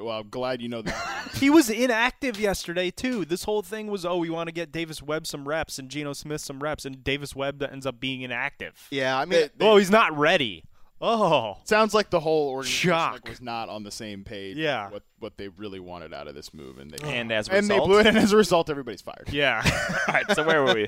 S3: Well, I'm glad you know that.
S2: [LAUGHS]
S4: He was inactive yesterday too. This whole thing was, oh, we want to get Davis Webb some reps and Geno Smith some reps, and Davis Webb ends up being inactive.
S1: Yeah, I mean,
S3: They- they-
S4: Oh, he's not ready. Oh,
S3: sounds like the whole organization like,
S4: Shock.
S3: was not on the same page. with
S4: Yeah.
S3: what what they really wanted out of this move, and they
S2: And as a
S3: and they
S2: result-
S3: blew it, and as a result, everybody's fired.
S1: [LAUGHS]
S4: yeah.
S2: All right, so where were
S4: [LAUGHS]
S2: we?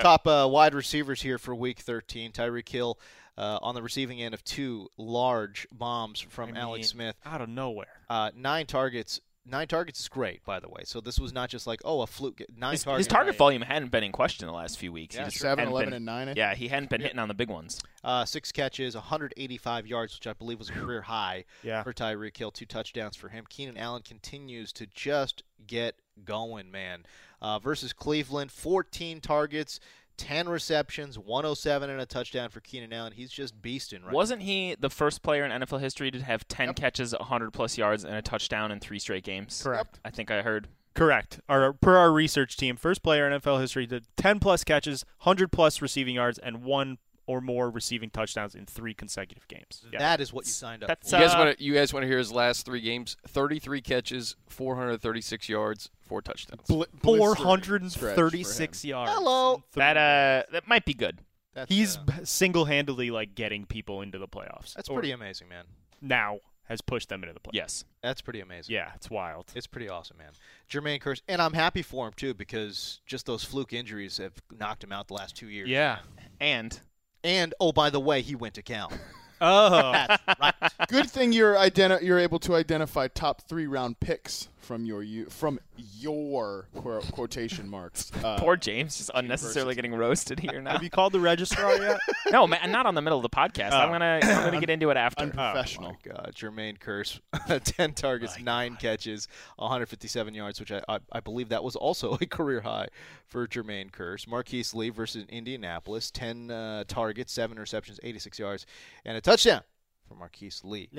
S1: top uh, wide receivers here for Week 13. Tyreek Hill uh, on the receiving end of two large bombs from
S4: I mean,
S1: Alex Smith.
S4: out of nowhere.
S1: Uh, nine targets, nine targets is great, by the way. So this was not just like oh a fluke. Nine
S2: His,
S1: targets.
S2: his target volume hadn't been in question the last few weeks.
S1: Yeah,
S2: just
S3: sure. Seven,
S2: hadn't
S3: 11,
S2: been-
S3: and nine, I
S2: Yeah, he hadn't been hitting on the big ones.
S1: Uh, six catches, 185 yards, which I believe was a career high
S4: Yeah.
S1: for Tyreek Hill. Two touchdowns for him. Keenan Allen continues to just get going, man. Uh, versus Cleveland, 14 targets, 10 receptions, 107 and a touchdown for Keenan Allen. He's just beasting right
S2: Wasn't he the first player in NFL history to have 10 catches, 100 plus yards, and a touchdown in three straight games?
S4: Correct.
S2: I think I heard.
S4: Correct. Our per our research team, first player in NFL history to 10 plus catches, 100 plus receiving yards, and one or more receiving touchdowns in three consecutive games.
S1: now.
S4: Yeah.
S1: That is what you signed up
S4: That's
S1: for.
S5: you guys
S4: uh,
S5: want to you guys want to hear his last three games? Thirty-three catches, four hundred thirty-six yards, four touchdowns.
S3: Bl- blistering stretch for him.
S4: 436 yards.
S1: Hello.
S2: That uh, that might be good.
S1: That's,
S4: He's
S1: uh,
S4: single-handedly like getting people into the playoffs.
S1: that's
S4: Or
S1: pretty amazing, man.
S4: Now has pushed them into the playoffs.
S2: Yes.
S1: That's pretty amazing.
S4: Yeah, it's wild.
S1: It's pretty awesome, man. Jermaine Curse, and I'm happy for him too because just those fluke injuries have knocked him out the last two years.
S4: Yeah.
S2: And
S1: And oh, by the way, he went to Cal.
S4: Oh.
S1: That's right.
S3: Good thing you're identi- you're able to identify top three round picks from your you from your quo- quotation marks. Uh,
S2: poor James just unnecessarily getting roasted here now.
S4: Have you called the registrar yet?
S2: [LAUGHS]
S4: Oh.
S2: no, man, not on the middle of the podcast. I'm gonna I'm gonna get into
S1: [LAUGHS]
S2: it after.
S3: unprofessional.
S1: Oh, God, Jermaine Curse, [LAUGHS] 10 targets, 9 catches, 157 yards, which I, I, I believe that was also [LAUGHS] a career high for Jermaine Curse. Marquise Lee versus Indianapolis, 10 uh, targets, 7 receptions, 86 yards, and a touchdown for Marquise Lee.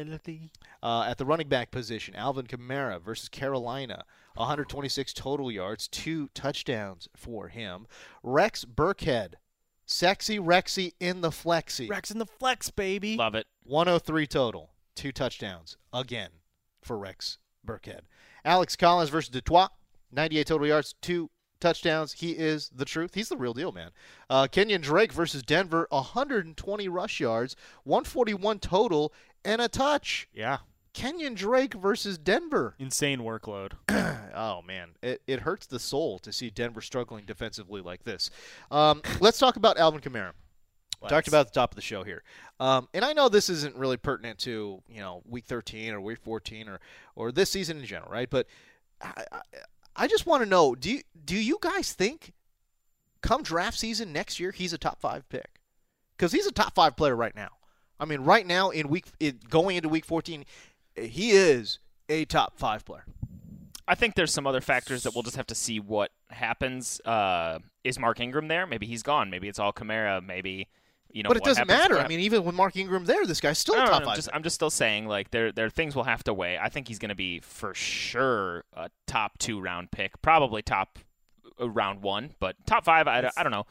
S1: Uh, at the running back position, Alvin Kamara versus Carolina, 126 total yards, 2 touchdowns for him. Rex Burkhead, sexy Rexy in the flexy.
S4: Rex in the flex, baby.
S2: Love it.
S1: 103 total, two touchdowns again for Rex Burkhead. Alex Collins versus Detroit, 98 total yards, two touchdowns. He is the truth. He's the real deal, man. Uh, Kenyon Drake versus Denver, 120 rush yards, 141 total, and a touch.
S4: Yeah.
S1: Kenyon Drake versus Denver.
S4: Insane workload.
S1: Oh man, it, it hurts the soul to see Denver struggling defensively like this. Um, let's talk about Alvin Kamara. Talked about at the top of the show here, um, and I know this isn't really pertinent to you know week 13 or week 14 or or this season in general, right? But I, I, I just want to know do you, do you guys think come draft season next year he's a top five pick because he's a top five player right now. I mean, right now in week it, going into week 14, he is a top five player.
S2: I think there's some other factors that we'll just have to see what happens. Uh, is Mark Ingram there? Maybe he's gone. Maybe it's all Kamara. Maybe you know.
S1: but it
S2: what
S1: doesn't
S2: happens-
S1: matter.
S2: what
S1: I mean, even with Mark Ingram there, this guy's still
S2: No,
S1: a
S2: no,
S1: top
S2: no,
S1: five.
S2: Just,
S1: pick.
S2: I'm just still saying, like there there are things we'll have to weigh. I think he's going to be for sure a top two round pick, probably top uh, round one, but top five. I, don't- I don't know.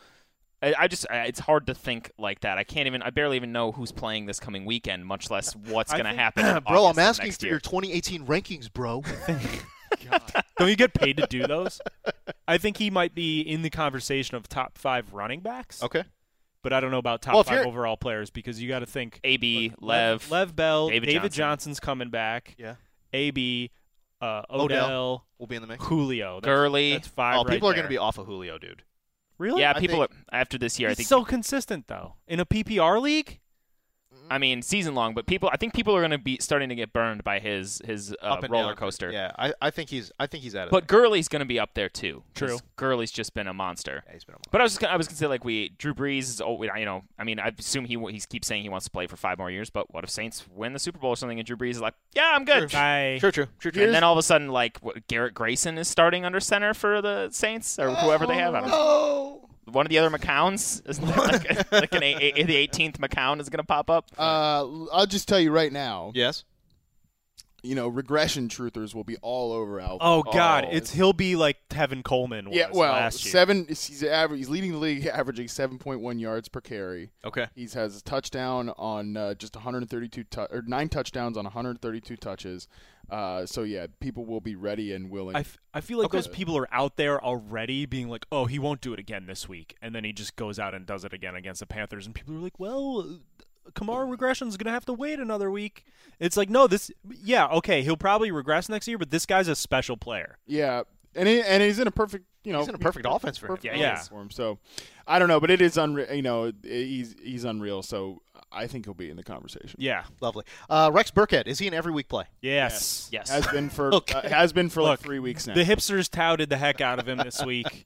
S2: I, I just I, it's hard to think like that. I can't even. I barely even know who's playing this coming weekend, much less what's
S4: I
S2: going to
S4: think-
S1: [CLEARS THROAT]
S2: happen.
S4: [COUGHS]
S2: in
S1: bro,
S2: August
S1: I'm
S2: of
S1: asking
S2: next
S1: for
S2: year. [LAUGHS]
S1: your 2018 rankings, bro.
S4: Don't you get paid to do those? I think he might be in the conversation of top five running backs.
S1: okay.
S4: But I don't know about top
S1: Well, if
S4: five
S1: you're-
S4: overall players because you got to think
S2: AB
S4: Lev,
S2: Lev,
S4: Lev Bell,
S2: David
S4: David,
S2: Johnson.
S4: Johnson's coming back.
S1: Yeah.
S4: AB, uh, Odell,
S1: Odell. We'll be in the mix.
S4: Julio, that's,
S2: Gurley.
S4: That's five.
S1: Oh,
S4: right
S1: people are going
S4: there.
S1: to be off of Julio, dude.
S4: really.
S2: yeah,
S1: I
S2: people
S1: think-
S2: are, after this year. I
S4: He's
S2: think
S4: so consistent though in a PPR league.
S1: Mm-hmm.
S2: I mean season long, but people I think people are going to be starting to get burned by his his uh,
S1: Up and
S2: roller
S1: down.
S2: coaster.
S1: Yeah, I, I think he's I think he's out of
S2: But Gurley's going to be up there too. 'cause
S4: True.
S2: Gurley's just been a monster.
S1: there. Yeah, he's been a
S2: But I was just gonna, I was gonna say like we Drew Brees is oh you know I mean I assume he he keeps saying he wants to play for five more years. But what if Saints win the Super Bowl or something and Drew Brees is like yeah I'm good.
S4: I
S1: True, true, true, true.
S2: And then all of a sudden like what, Garrett Grayson is starting under center for the Saints or whoever they have. I don't know.
S1: oh,
S2: One of the other McCowns is [LAUGHS] like, like an eight, eight, the 18th McCown is gonna pop up.
S3: Uh, l- I'll just tell you right now.
S1: yes.
S3: You know, regression truthers will be all over Alvin.
S4: Oh God,
S2: Oh.
S4: it's he'll be like Tevin Coleman was
S3: yeah, well,
S4: last year.
S3: seven. He's average. He's leading the league, [LAUGHS] averaging seven point one yards per carry.
S1: Okay.
S3: He's has a touchdown on uh, just 132 tou- or nine touchdowns on 132 touches. Uh, so yeah, people will be ready and willing.
S4: I, f- I feel like
S3: Okay.
S4: those people are out there already being like, oh, he won't do it again this week. And then he just goes out and does it again against the Panthers. And people are like, well, uh, Kamara regression's going to have to wait another week. It's like, no, this, yeah, okay, he'll probably regress next year, but this guy's a special player.
S3: yeah, and he, and he's in a perfect you know
S1: He's in a perfect offense for him.
S3: perfect
S4: Yeah,
S3: offense
S4: yeah.
S3: for him. So I don't know, but it is unreal. You know, it- he's he's unreal. So I think he'll be in the conversation.
S4: Yeah.
S1: Lovely. Uh, Rex Burkhead, is he an every week play?
S4: Yes. Yes.
S3: has been for
S1: Okay.
S3: uh, has been for like
S4: Look,
S3: three weeks now.
S4: The hipsters touted the heck out of him this week.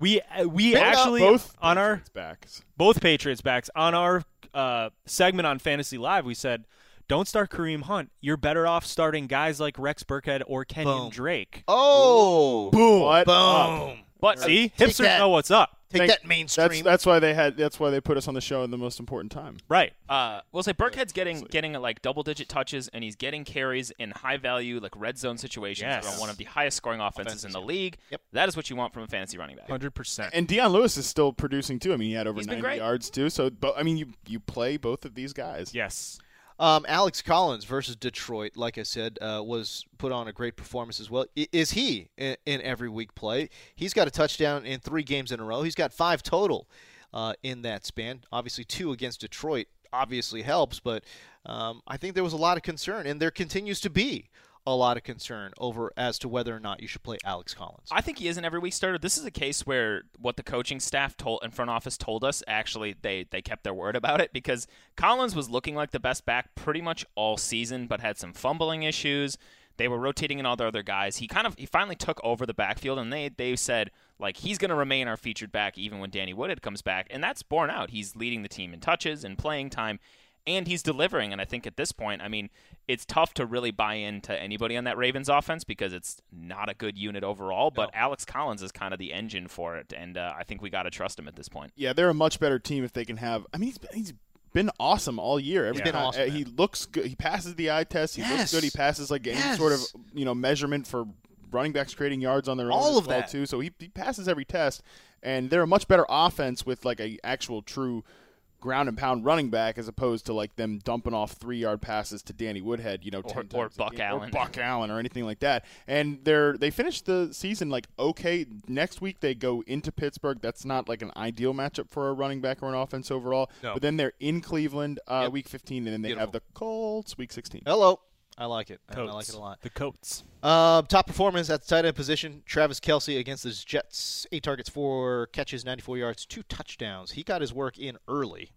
S4: We uh, we
S1: Both-
S4: actually
S3: both
S4: on our
S3: Patriots backs.
S4: both Patriots backs on our uh, segment on Fantasy Live. We said, "Don't start Kareem Hunt. You're better off starting guys like Rex Burkhead or Kenyon
S1: Boom.
S4: Drake."
S1: Oh,
S3: Boom! What
S1: boom!
S3: up?
S4: But see,
S1: Take
S4: hipsters
S1: that.
S4: know what's up,
S1: Take
S3: Thank-
S1: that mainstream.
S3: That's that's why they had that's why they put us on the show in the most important time.
S4: right?
S2: Uh, we'll say Burkhead's getting getting like double digit touches, and he's getting carries in high value like red zone situations.
S4: Yes.
S2: Around one of the highest scoring offenses in the league.
S1: Yep.
S2: That is what you want from a fantasy running back.
S4: Hundred percent.
S3: And Deion Lewis is still producing too. I mean, he had over
S2: He's been
S3: 90
S2: great.
S3: yards too. So, but, I mean, you you play both of these guys.
S4: Yes.
S1: Um, Alex Collins versus Detroit, like I said, uh, was put on a great performance as well. I- is he in, in every week play? He's got a touchdown in three games in a row. He's got five total uh, in that span. Obviously, two against Detroit obviously helps, but um, I think there was a lot of concern, and there continues to be a lot of concern over as to whether or not you should play Alex Collins.
S2: I think he is an every week starter. This is a case where what the coaching staff told and front office told us actually they they kept their word about it because Collins was looking like the best back pretty much all season, but had some fumbling issues. They were rotating in all their other guys. He kind of he finally took over the backfield, and they they said like he's going to remain our featured back even when Danny Woodhead comes back, and that's borne out. He's leading the team in touches and playing time. And he's delivering, and I think at this point, I mean, it's tough to really buy into anybody on that Ravens offense because it's not a good unit overall. But Alex Collins is kind of the engine for it, and uh, I think we got to trust him at this point.
S3: Yeah, they're a much better team if they can have. I mean, he's he's been awesome all year. Every
S1: been
S3: time-
S1: awesome,
S3: uh, he looks good. He passes the eye test. He
S1: Yes.
S3: looks good. He passes like
S1: Yes.
S3: any sort of you know measurement for running backs creating yards on their own.
S1: All
S3: as
S1: of
S3: well,
S1: that.
S3: too. So he, he passes every test, and they're a much better offense with like a actual true ground and pound running back as opposed to like them dumping off three yard passes to Danny Woodhead. You know, 10 times
S2: or
S3: a
S2: Buck
S3: game,
S2: Allen.
S3: or Buck Allen, or anything like that. And they're they finished the season like okay. Next week they go into Pittsburgh. That's not like an ideal matchup for a running back or an offense overall. But then they're in Cleveland uh, week 15, and then they have the Colts week 16.
S1: Hello. I like it. I- I like it a lot.
S4: The coats.
S1: [LAUGHS] Uh, top performance at the tight end position: Travis Kelsey against the Jets. Eight targets, four catches, ninety-four yards, two touchdowns. He got his work in early.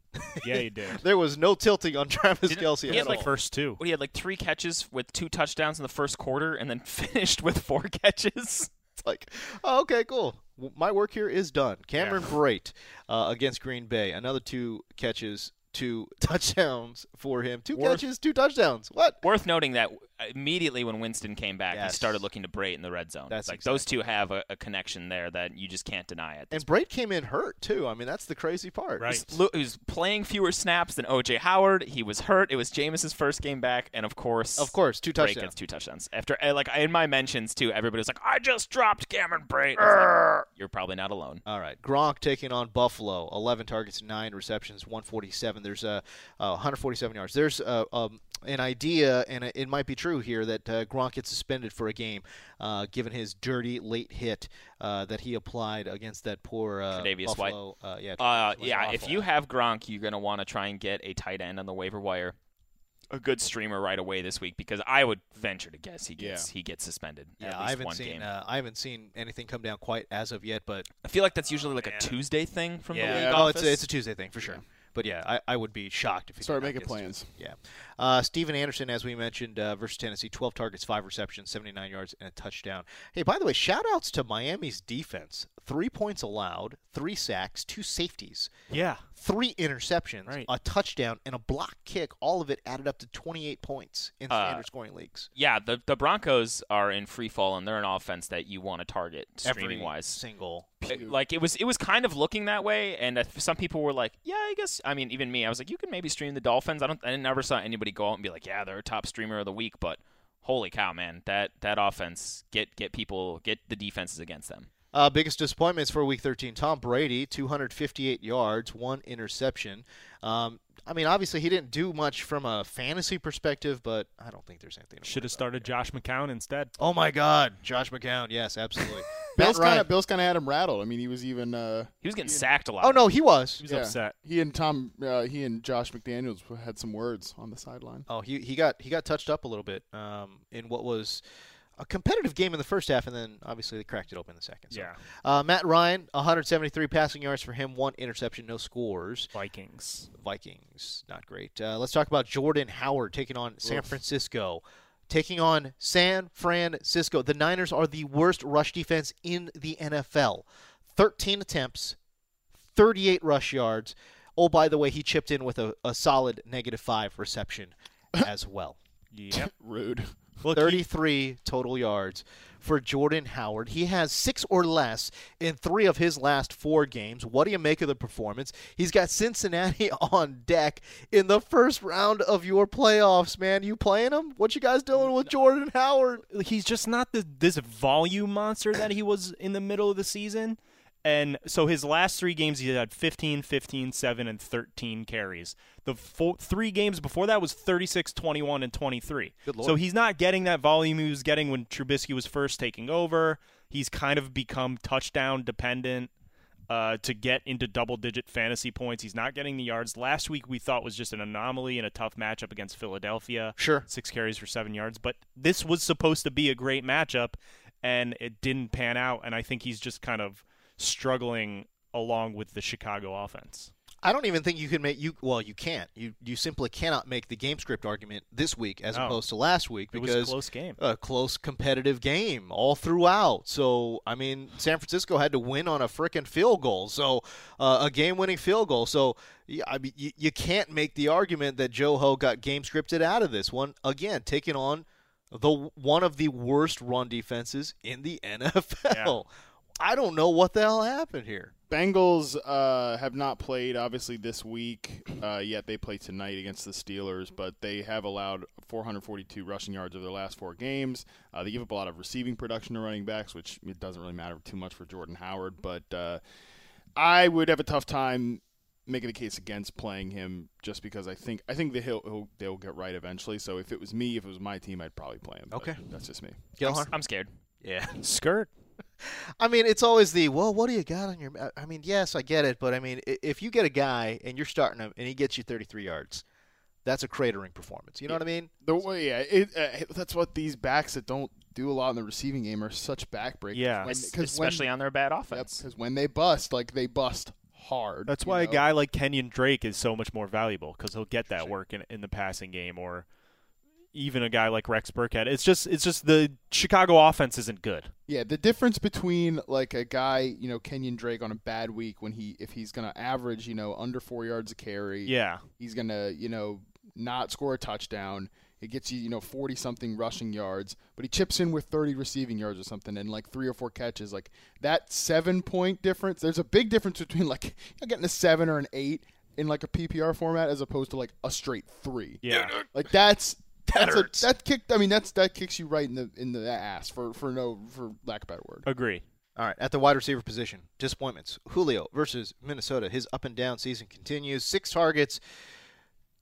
S4: Yeah, you did.
S1: There was no tilting on [LAUGHS] Travis
S2: Didn't-
S1: Kelsey.
S2: he
S1: at
S2: had, like,
S1: all.
S4: First two.
S2: What he had like three catches with two touchdowns in the first quarter, and then [LAUGHS] finished with four catches.
S1: It's like, oh, okay, cool. W- My work here is done. Cameron Brate uh, against Green Bay. Another two catches, two [LAUGHS] touchdowns for him. Two catches, two touchdowns. What?
S2: Worth noting that immediately when Winston came back,
S1: Yes.
S2: he started looking to Bray in the red zone.
S1: That's
S2: like those two have a, a connection there that you just can't deny it.
S1: And Brate came in hurt too. I mean, that's the crazy part.
S4: Right.
S2: Lu- he was playing fewer snaps than OJ Howard. He was hurt. It was Jameis's first game back, and of course,
S1: Of course, two
S2: Bray
S1: touchdowns.
S2: gets two touchdowns. After uh, like in my mentions too, everybody was like, "I just dropped Cameron Bray." I was like, You're probably not alone.
S1: All right. Gronk taking on Buffalo. 11 targets, 9 receptions, 147. There's uh, uh, 147 yards. There's uh, um, an idea, and it it might be true here, that uh, Gronk gets suspended for a game uh, given his dirty late hit uh, that he applied against that poor uh,
S2: Tre'Davious White.
S1: Buffalo. Uh, yeah,
S2: Uh,
S1: Tre'Davious White.
S2: yeah, if
S1: Awful.
S2: you have Gronk, you're going to want to try and get a tight end on the waiver wire, a good streamer right away this week because I would venture to guess he gets he gets suspended at
S1: Yeah,
S2: least
S1: I haven't
S2: one
S1: seen
S2: game.
S1: uh, I haven't seen anything come down quite as of yet, but
S2: I feel like that's usually like a Tuesday thing from the
S4: Yeah.
S2: league
S1: oh,
S2: office.
S1: it's a, it's a Tuesday thing for sure. But yeah, I, I would be shocked if he
S3: Start
S1: did not
S3: making
S1: get suspended.
S3: plans.
S1: Yeah. Uh, Steven Anderson, as we mentioned, uh, versus Tennessee, 12 targets, 5 receptions, 79 yards, and a touchdown. Hey, by the way, shout outs to Miami's defense. Three points allowed, three sacks, two safeties,
S4: Yeah.
S1: three interceptions,
S4: Right.
S1: a touchdown, and a block kick. All of it added up to 28 points in
S2: Uh,
S1: standard scoring leagues.
S2: yeah, the the Broncos are in free fall and they're an offense that you want to target streaming
S1: Every
S2: wise.
S1: single.
S2: It- like it was it was kind of looking that way and uh, some people were like yeah i guess i mean even me i was like you can maybe stream the dolphins i don't i never saw anybody go out and be like yeah they're a top streamer of the week but holy cow man that that offense get get people get the defenses against them
S1: Uh, biggest disappointments for Week 13: Tom Brady, 258 yards, one interception. Um, I mean, obviously he didn't do much from a fantasy perspective, but I don't think there's anything. to
S4: Should
S1: worry
S4: have started Josh McCown instead.
S1: about. Oh my God, Josh McCown. Yes,
S4: [LAUGHS]
S1: absolutely. Matt
S3: Bill's kind
S1: Ryan.
S3: of Bill's kind of had him rattled. I mean, he was even uh,
S2: he was getting sacked a lot
S1: Oh no, he was.
S4: He was upset.
S3: He and Tom, uh, he and Josh McDaniels had some words on the sideline.
S1: Oh, he he got he got touched up a little bit um, in what was a competitive game in the first half, and then obviously they cracked it open in the second. So.
S4: Yeah.
S1: Uh, Matt Ryan, 173 passing yards for him, one interception, no scores.
S4: Vikings.
S1: Vikings, not great. Uh, let's talk about Jordan Howard taking on San Francisco. Taking on San Francisco. The Niners are the worst rush defense in the NFL. 13 attempts, 38 rush yards. Oh, by the way, he chipped in with a, a solid negative five reception as well. [LAUGHS]
S4: Yep.
S3: [LAUGHS] Rude.
S4: Look, he-
S1: 33 total yards for Jordan Howard. He has six or less in three of his last four games. What do you make of the performance? He's got Cincinnati [LAUGHS] on deck in the first round of your playoffs, man. You playing him? What you guys doing with Jordan Howard?
S4: he's just not the this volume monster that he was in the middle of the season. And so his last three games, he had 15, 15, 7, and 13 carries. The four, three games before that was 36, 21, and 23. Good lord. So he's not getting that volume he was getting when Trubisky was first taking over. He's kind of become touchdown dependent uh, to get into double digit fantasy points. He's not getting the yards. Last week we thought was just an anomaly in a tough matchup against Philadelphia.
S1: Sure.
S4: Six carries for seven yards. But this was supposed to be a great matchup, and it didn't pan out. And I think he's just kind of struggling along with the Chicago offense.
S1: I don't even think you can make you well, you can't. You you simply cannot make the game script argument this week as
S4: No.
S1: opposed to last week
S4: It
S1: because
S4: was a close game.
S1: A close competitive game all throughout. So, I mean, San Francisco had to win on a freaking field goal. So, uh, a game-winning field goal. So, y- I mean, you, you can't make the argument that Joe Ho got game scripted out of this one again, taking on the one of the worst run defenses in the [LAUGHS] NFL. I don't know what the hell happened here.
S3: Bengals uh, have not played obviously this week uh, yet. They play tonight against the Steelers, but they have allowed 442 rushing yards over their last four games. Uh, they give up a lot of receiving production to running backs, which it doesn't really matter too much for Jordan Howard. But uh, I would have a tough time making a case against playing him just because I think I think that he'll, he'll they'll get right eventually. So if it was me, if it was my team, I'd probably play him. but
S1: Okay.
S3: that's just me.
S1: Gellhorn?
S2: I'm scared.
S1: Yeah.
S4: Skirt.
S1: I mean, it's always the well. What do you got on your? I- I mean, yes, I get it, but I mean, i- if you get a guy and you're starting him and he gets you 33 yards, that's a cratering performance. You know what I mean?
S3: The way, yeah, it, uh, that's what these backs that don't do a lot in the receiving game are such backbreakers.
S4: Yeah.
S3: when-
S4: Es-
S2: Especially
S3: when,
S2: on their bad
S3: because
S2: offense.
S3: when they bust, like they bust hard.
S4: That's
S3: you
S4: why a
S3: know?
S4: guy like Kenyon Drake is so much more valuable because he'll get that work in, in the passing game, or even a guy like Rex Burkhead. It's just it's just the Chicago offense isn't good.
S3: Yeah, the difference between like a guy, you know, Kenyon Drake on a bad week when he if he's gonna average, you know, under four yards a carry.
S4: Yeah,
S3: he's gonna you know not score a touchdown. It gets you you know forty something rushing yards, but he chips in with thirty receiving yards or something, and like three or four catches. Like that seven point difference. There's a big difference between like [LAUGHS] you know, getting a seven or an eight in like a PPR format as opposed to like a straight three.
S4: yeah.
S3: Like that's that's a, that kick. I mean that's that kicks you right in the in the ass for for no for lack of a better word.
S4: Agree.
S1: All right, at the wide receiver position, disappointments. Julio versus Minnesota. His up and down season continues. Six targets,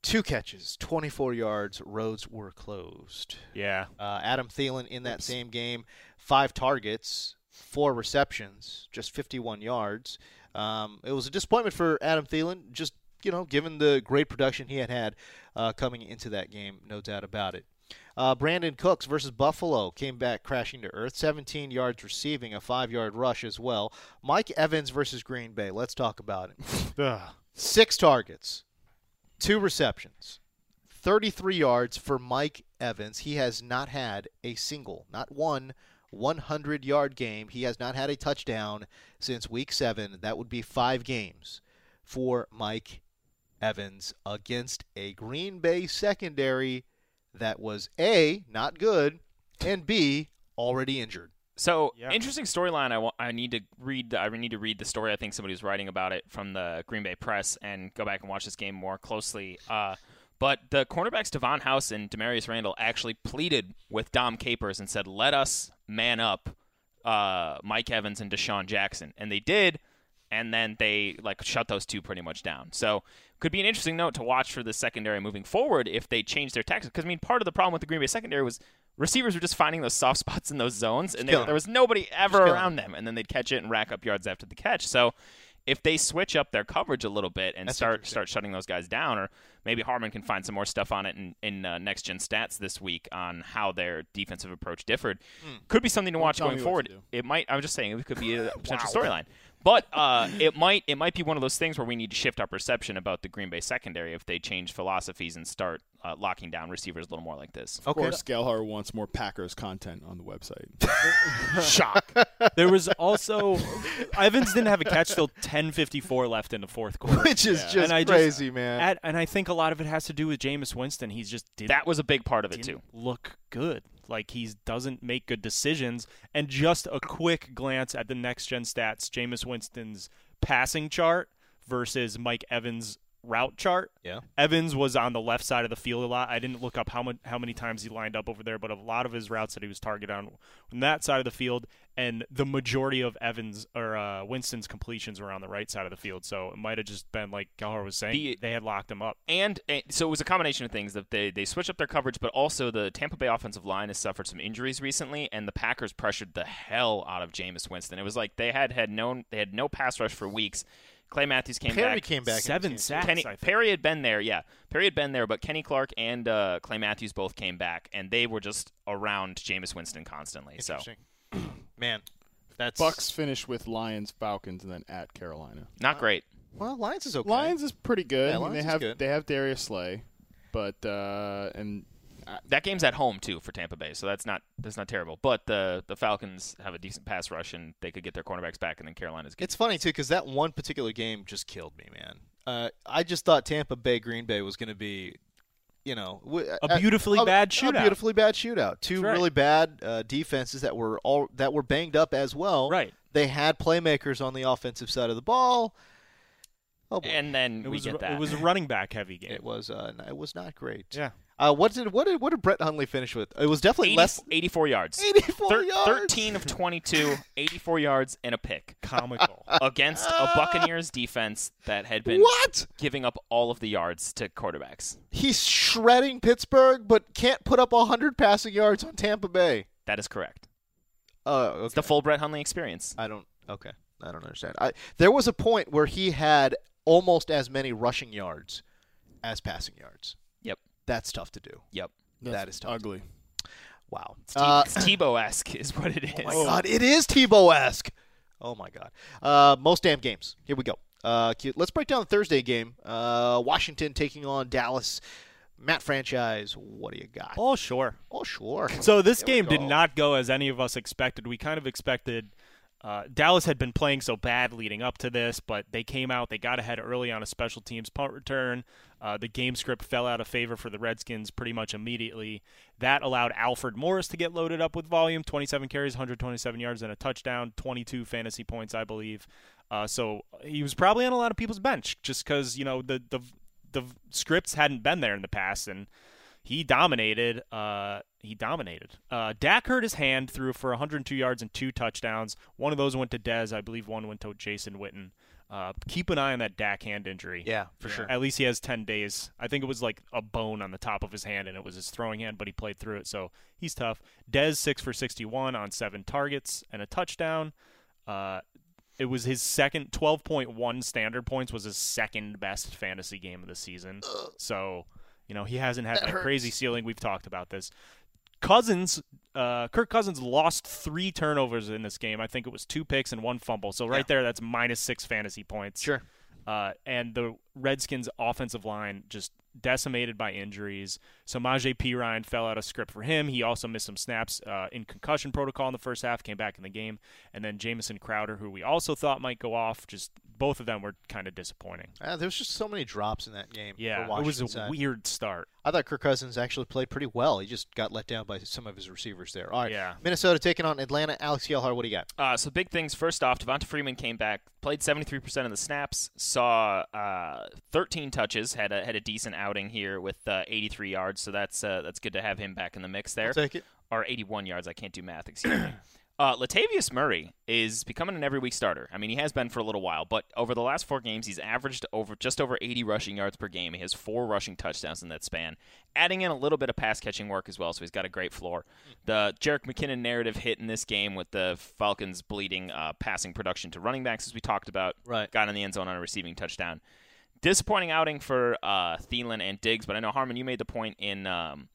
S1: two catches, 24 yards. Roads were closed.
S4: Yeah.
S1: Uh, Adam Thielen in that same game, five targets, four receptions, just 51 yards. Um, it was a disappointment for Adam Thielen, just you know, given the great production he had had uh, coming into that game, no doubt about it. Uh, Brandon Cooks versus Buffalo came back crashing to earth. 17 yards receiving, a five-yard rush as well. Mike Evans versus Green Bay. Let's talk about it. Six targets, two receptions, 33 yards for Mike Evans. He has not had a single, not one 100 yard game. He has not had a touchdown since week seven. That would be five games for Mike Evans against a Green Bay secondary that was A, not good, and B, already injured.
S2: So
S4: Yeah.
S2: interesting storyline. I, wa- I need to read. The, I need to read the story. I think somebody was writing about it from the Green Bay Press and go back and watch this game more closely. Uh, but the cornerbacks Devon House and Demarius Randall actually pleaded with Dom Capers and said, "Let us man up, uh, Mike Evans and Deshaun Jackson," and they did. And then they like shut those two pretty much down. So could be an interesting note to watch for the secondary moving forward if they change their tactics. Because I mean, part of the problem with the Green Bay secondary was receivers were just finding those soft [LAUGHS] spots in those zones, and they,
S1: Killing
S2: there was nobody ever
S1: Just kill
S2: around them, and then they'd catch it and rack up yards after the catch. So if they switch up their coverage a little bit and
S1: That's
S2: start
S1: interesting.
S2: start shutting those guys down, or maybe Harmon can find some more stuff on it in, in uh, next gen stats this week on how their defensive approach differed. Could be something to watch
S3: tell
S2: going
S3: me what
S2: forward.
S3: to do.
S2: It might. I'm just saying it could
S1: [LAUGHS]
S2: be a potential storyline. But uh, it might it might be one of those things where we need to shift our perception about the Green Bay secondary if they change philosophies and start uh, locking down receivers a little more like this.
S1: Oh,
S3: Of course, Galhar wants more Packers content on the [LAUGHS] website.
S4: Shock. there was also Evans didn't have a catch till 10:54 left in the fourth quarter.
S1: Which is just
S4: and I
S1: crazy,
S4: just,
S1: man.
S4: at- and I think a lot of it has to do with Jameis Winston. He's just did
S2: That was a big part of it
S4: didn't
S2: too.
S4: look good. Like he doesn't make good decisions. And just a quick glance at the next gen stats, Jameis Winston's passing chart versus Mike Evans' route chart.
S1: Yeah.
S4: Evans was on the left side of the field a lot. I didn't look up how much how many times he lined up over there, but a lot of his routes that he was targeted on were on that side of the field, and the majority of Evans or uh, Winston's completions were on the right side of the field. So it might have just been like Gallagher was saying,
S2: The-
S4: they had locked him up.
S2: and, and so it was a combination of things that they they switched up their coverage, but also the Tampa Bay offensive line has suffered some injuries recently, and the Packers pressured the hell out of Jameis Winston. It was like they had had no they had no pass rush for weeks. Clay Matthews came
S1: Perry
S2: back.
S1: came back. in
S4: Seven
S1: the team.
S4: sacks.
S2: Kenny,
S4: I think.
S2: Perry had been there, yeah. Perry had been there, but Kenny Clark and uh, Clay Matthews both came back, and they were just around Jameis Winston constantly. So
S1: Interesting. [CLEARS THROAT] man, that's
S3: Bucks finish with Lions, Falcons, and then at Carolina.
S2: not great.
S1: Well, Lions is okay.
S3: Lions is pretty good.
S1: Yeah,
S3: I mean,
S1: Lions
S3: they
S1: is
S3: have
S1: good.
S3: they have Darius Slay, but uh, and
S2: That game's at home too for Tampa Bay, so that's not that's not terrible. But the the Falcons have a decent pass rush, and they could get their cornerbacks back, and then Carolina's good.
S1: It's funny too because that one particular game just killed me, man. Uh, I just thought Tampa Bay Green Bay was going to be, you know, w- uh,
S4: A beautifully bad shootout.
S1: A beautifully bad shootout. Two
S4: right.
S1: really bad uh, defenses that were all that were banged up as well.
S4: Right.
S1: They had playmakers on the offensive side of the ball. Oh boy,
S2: And then
S4: It
S2: we
S4: was
S2: get that.
S4: it was a running back heavy game.
S1: it was uh, n- it was not great.
S4: Yeah.
S1: Uh, what did what did what did Brett Hundley finish with? It was definitely
S2: 80
S1: less
S2: 84 yards.
S1: 84
S2: Thir-
S1: yards.
S2: 13 of
S4: [LAUGHS]
S2: 22, 84 yards, and a pick
S4: comical.
S2: against a
S4: uh,
S2: Buccaneers defense that had been
S1: What?
S2: giving up all of the yards to quarterbacks.
S1: He's shredding Pittsburgh, but can't put up 100 passing yards on Tampa Bay.
S2: That is correct.
S1: Oh,
S2: It's the full Brett Hundley experience.
S1: I don't. Okay, I don't understand. I, there was a point where he had almost as many rushing yards as passing yards.
S2: Yep.
S1: That's tough to do.
S2: Yep.
S1: That is tough.
S3: ugly.
S1: Wow.
S2: It's, T-
S1: Uh,
S2: it's Tebow-esque is what it is.
S1: [LAUGHS] oh my God, it is Tebow-esque. Oh my God. Uh, most damn games. Here we go. Uh, cute. let's break down the Thursday game. Uh, Washington taking on Dallas. Matt franchise. What do you got? Oh,
S4: [LAUGHS] oh sure.
S1: sure.
S4: So this
S1: There we
S4: game did
S1: go.
S4: not go as any of us expected. We kind of expected uh, Dallas had been playing so bad leading up to this, but they came out, they got ahead early on a special teams punt return. Uh, the game script fell out of favor for the Redskins pretty much immediately. That allowed Alfred Morris to get loaded up with volume 27 carries, 127 yards, and a touchdown, 22 fantasy points, I believe. Uh, so he was probably on a lot of people's bench just because, you know, the, the, the scripts hadn't been there in the past. And he dominated. Uh, he dominated. Uh, Dak hurt his hand, threw for 102 yards and two touchdowns. One of those went to Dez, I believe. One went to Jason Witten. Uh, keep an eye on that Dak hand injury.
S1: Yeah, for sure.
S4: At least he has 10 days. I think it was like a bone on the top of his hand, and it was his throwing hand, but he played through it, so he's tough. Dez six for 61 on seven targets and a touchdown. Uh, it was his second 12.1 standard points was his second best fantasy game of the season. So, you know, he hasn't had that, crazy ceiling. We've talked about this. Cousins, uh, Kirk Cousins lost three turnovers in this game. I think it was two picks and one fumble. So right there, that's minus six fantasy points.
S1: Sure.
S4: Uh, and the Redskins' offensive line just decimated by injuries. So Majay P. Ryan fell out of script for him. He also missed some snaps uh, in concussion protocol in the first half, came back in the game. And then Jamison Crowder, who we also thought might go off, just both of them were kind of disappointing.
S1: Uh, there was just so many drops in that game.
S4: Yeah,
S1: for
S4: it was
S1: Washington
S4: a
S1: side.
S4: weird start.
S1: I thought Kirk Cousins actually played pretty well. He just got let down by some of his receivers there. All right.
S4: Yeah.
S1: Minnesota taking on Atlanta. Alex Yelhar, what do you got?
S2: Uh, so big things. First off, Devonta Freeman came back, played 73% of the snaps, saw uh, 13 touches, had a had a decent outing here with uh, 83 yards. So that's uh, that's good to have him back in the mix there.
S1: I'll take it.
S2: Or 81 yards. I can't do math. Excuse me. [CLEARS THROAT] Uh, Latavius Murray is becoming an every week starter. I mean, he has been for a little while, but over the last four games, he's averaged over just over 80 rushing yards per game. He has four rushing touchdowns in that span, adding in a little bit of pass catching work as well. So he's got a great floor. The Jarek McKinnon narrative hit in this game with the Falcons bleeding uh, passing production to running backs, as we talked about.
S1: Right.
S2: Got in the end zone on a receiving touchdown. Disappointing outing for uh, Thielen and Diggs, but I know Harmon, you made the point in. Um,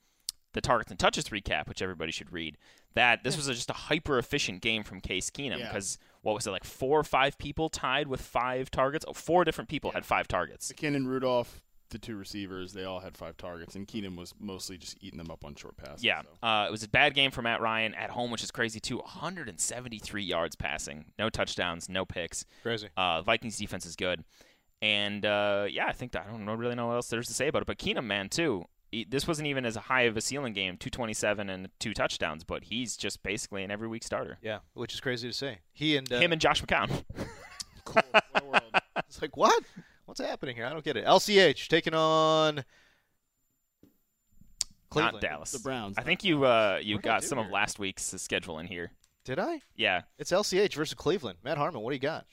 S2: the targets and touches recap, which everybody should read, that this was a, just a hyper efficient game from Case Keenum
S3: Yeah.
S2: because what was it like four or five people tied with five targets? Oh, four different people had five targets.
S3: McKinnon, Rudolph, the two receivers, they all had five targets, and Keenan was mostly just eating them up on short passes.
S2: Yeah,
S3: so.
S2: uh, it was a bad game for Matt Ryan at home, which is crazy too. 173 yards passing, no touchdowns, no picks.
S1: Crazy.
S2: Uh, Vikings defense is good, and uh, yeah, I think that, I don't know, really know what else there's to say about it. But Keenum, man, too. he- This wasn't even as high of a ceiling game, 227 and two touchdowns, but he's just basically an every week starter.
S1: Yeah, which is crazy to say. He and uh, [LAUGHS]
S2: Him and Josh McCown. [LAUGHS]
S3: What a world.
S4: [LAUGHS]
S1: it's like what? What's happening here? I don't get it. LCH taking on Cleveland.
S2: Not Dallas.
S3: The Browns.
S2: I think you uh, you
S1: What did I
S2: got
S1: do
S2: some of
S1: here?
S2: last week's schedule in here.
S1: Did I?
S2: Yeah.
S1: It's LCH versus Cleveland. Matt Harmon, what do you got?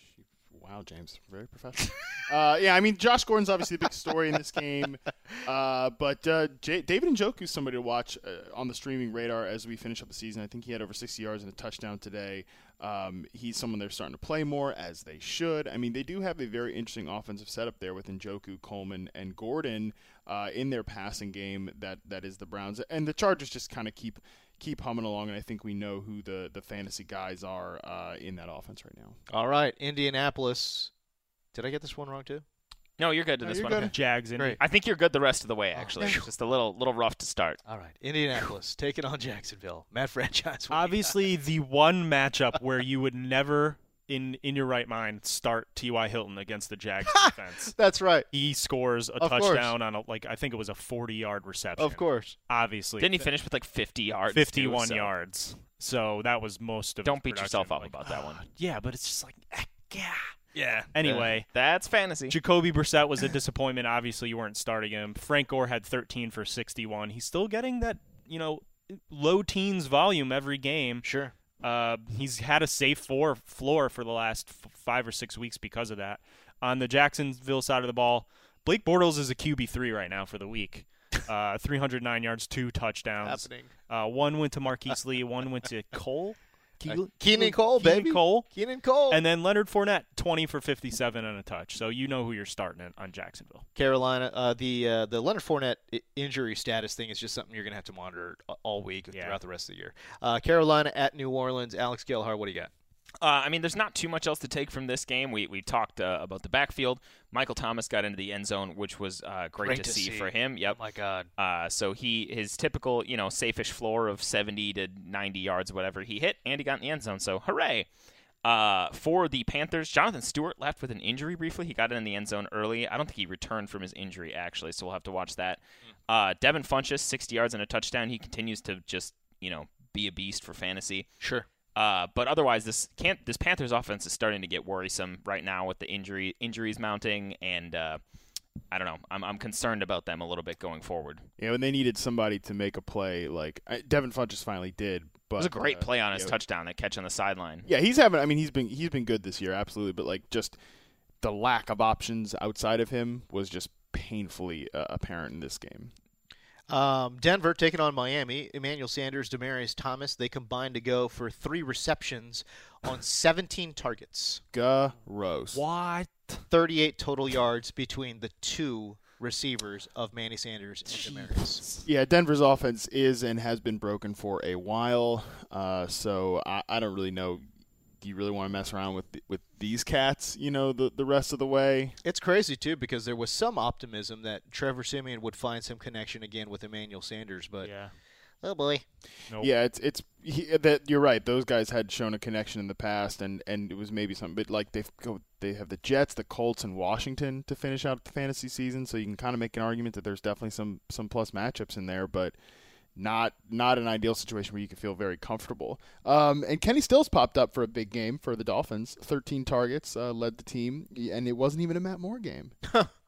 S3: Wow, James, very professional. [LAUGHS] uh, yeah, I mean, Josh Gordon's obviously the big story in this game, uh, but uh, J- David Njoku's somebody to watch uh, on the streaming radar as we finish up the season. I think he had over 60 yards and a touchdown today. Um, he's someone they're starting to play more as they should. I mean, they do have a very interesting offensive setup there with Njoku, Coleman, and Gordon uh, in their passing game. That that is the Browns and the Chargers just kind of keep keep humming along, and I think we know who the the fantasy guys are uh, in that offense right now.
S1: All right, Indianapolis. Did I get this one wrong too?
S2: No, you're good to
S3: No,
S2: this
S3: you're
S2: one.
S3: good.
S4: Jags in.
S1: Great.
S2: I think you're good the rest of the way.
S1: Oh,
S2: Actually,
S1: phew.
S2: just a little little rough to start.
S1: All right, [LAUGHS] Indianapolis taking on Jacksonville. Matt franchise. what do you [LAUGHS]
S4: Obviously, the one matchup where you would never, in in your right mind, start T.Y. Hilton against
S2: [LAUGHS]
S4: the Jags defense.
S1: got? That's right.
S4: He scores a
S1: Of course.
S4: touchdown on a like I think it was a 40-yard reception.
S1: Of course.
S2: [LAUGHS]
S4: obviously.
S2: Didn't he finish with like 50 yards? too,
S4: 51
S2: so
S4: yards. So that was most of. his
S2: Don't beat yourself
S4: production.
S2: up
S4: Like,
S2: about that one.
S4: [SIGHS] Yeah, but it's just like, eh, yeah, yeah. Anyway,
S2: That's fantasy.
S4: Jacoby Brissett was a disappointment. Obviously, you weren't starting him. Frank Gore had 13 for 61. He's still getting that, you know, low teens volume every game.
S1: Sure.
S4: Uh, he's had a safe four floor for the last f- five or six weeks because of that. On the Jacksonville side of the ball, Blake Bortles is a QB three right now for
S1: [LAUGHS]
S4: the week. Uh, 309 yards, two touchdowns.
S1: Happening.
S4: Uh, one went to Marquise Lee, one
S1: [LAUGHS]
S4: went to Cole. Keel-
S1: Uh, Keenan Cole,
S4: Keenan
S1: baby.
S4: Cole.
S1: Keenan Cole.
S4: And then Leonard Fournette, 20 for 57 and a touch. So you know who you're starting at on Jacksonville.
S1: Carolina, uh, the uh, the Leonard Fournette i- injury status thing is just something you're gonna have to monitor a- all week
S4: Yeah.
S1: throughout the rest of the year. Uh, Carolina at New Orleans. Alex Gellhart, what do you got?
S2: Uh, I mean, there's not too much else to take from this game. We we talked uh, about the backfield. Michael Thomas got into the end zone, which was uh, great, to, see, for him. Yep.
S1: Oh my God.
S2: Uh, so he his typical you know safeish floor of 70 to 90 yards whatever he hit and he got in the end zone so hooray uh, for the Panthers, Jonathan Stewart left with an injury briefly. He got in the end zone early. I don't think he returned from his injury actually, so we'll have to watch that. Uh, Devin Funchess, 60 yards and a touchdown. He continues to just you know be a beast for fantasy.
S1: Sure.
S2: Uh, but otherwise, this can't. This Panthers offense is starting to get worrisome right now with the injury injuries mounting, and uh, I don't know. I'm I'm concerned about them a little bit going forward.
S3: Yeah, when they needed somebody to make a play, like I, Devin Funches finally did. But
S2: It was a great
S3: uh,
S2: play on his
S3: yeah,
S2: touchdown, that catch on the sideline.
S3: Yeah, he's having. I mean, he's been he's been good this year, absolutely. But like, just the lack of options outside of him was just painfully uh, apparent in this game.
S1: Um, Denver taking on Miami. Emmanuel Sanders, Demarius Thomas. They combined to go for three receptions on 17 targets,
S3: Gross.
S4: What?
S1: 38 total yards between the two receivers of Manny Sanders and Demarius.
S3: Yeah, Denver's offense is and has been broken for a while. Uh, so I, I don't really know. Do you really want to mess around with with these cats? You know, the the rest of the way.
S1: It's crazy too because there was some optimism that Trevor Simeon would find some connection again with Emmanuel Sanders, but
S4: Yeah.
S1: oh boy,
S4: Nope.
S3: Yeah, it's it's he, that you're right. Those guys had shown a connection in the past, and and it was maybe something. But like they go, they have the Jets, the Colts, and Washington to finish out the fantasy season. So you can kind of make an argument that there's definitely some some plus matchups in there, but not not an ideal situation where you can feel very comfortable. Um, and Kenny Stills popped up for a big game for the Dolphins. 13 targets, uh, led the team, and it wasn't even a Matt Moore game.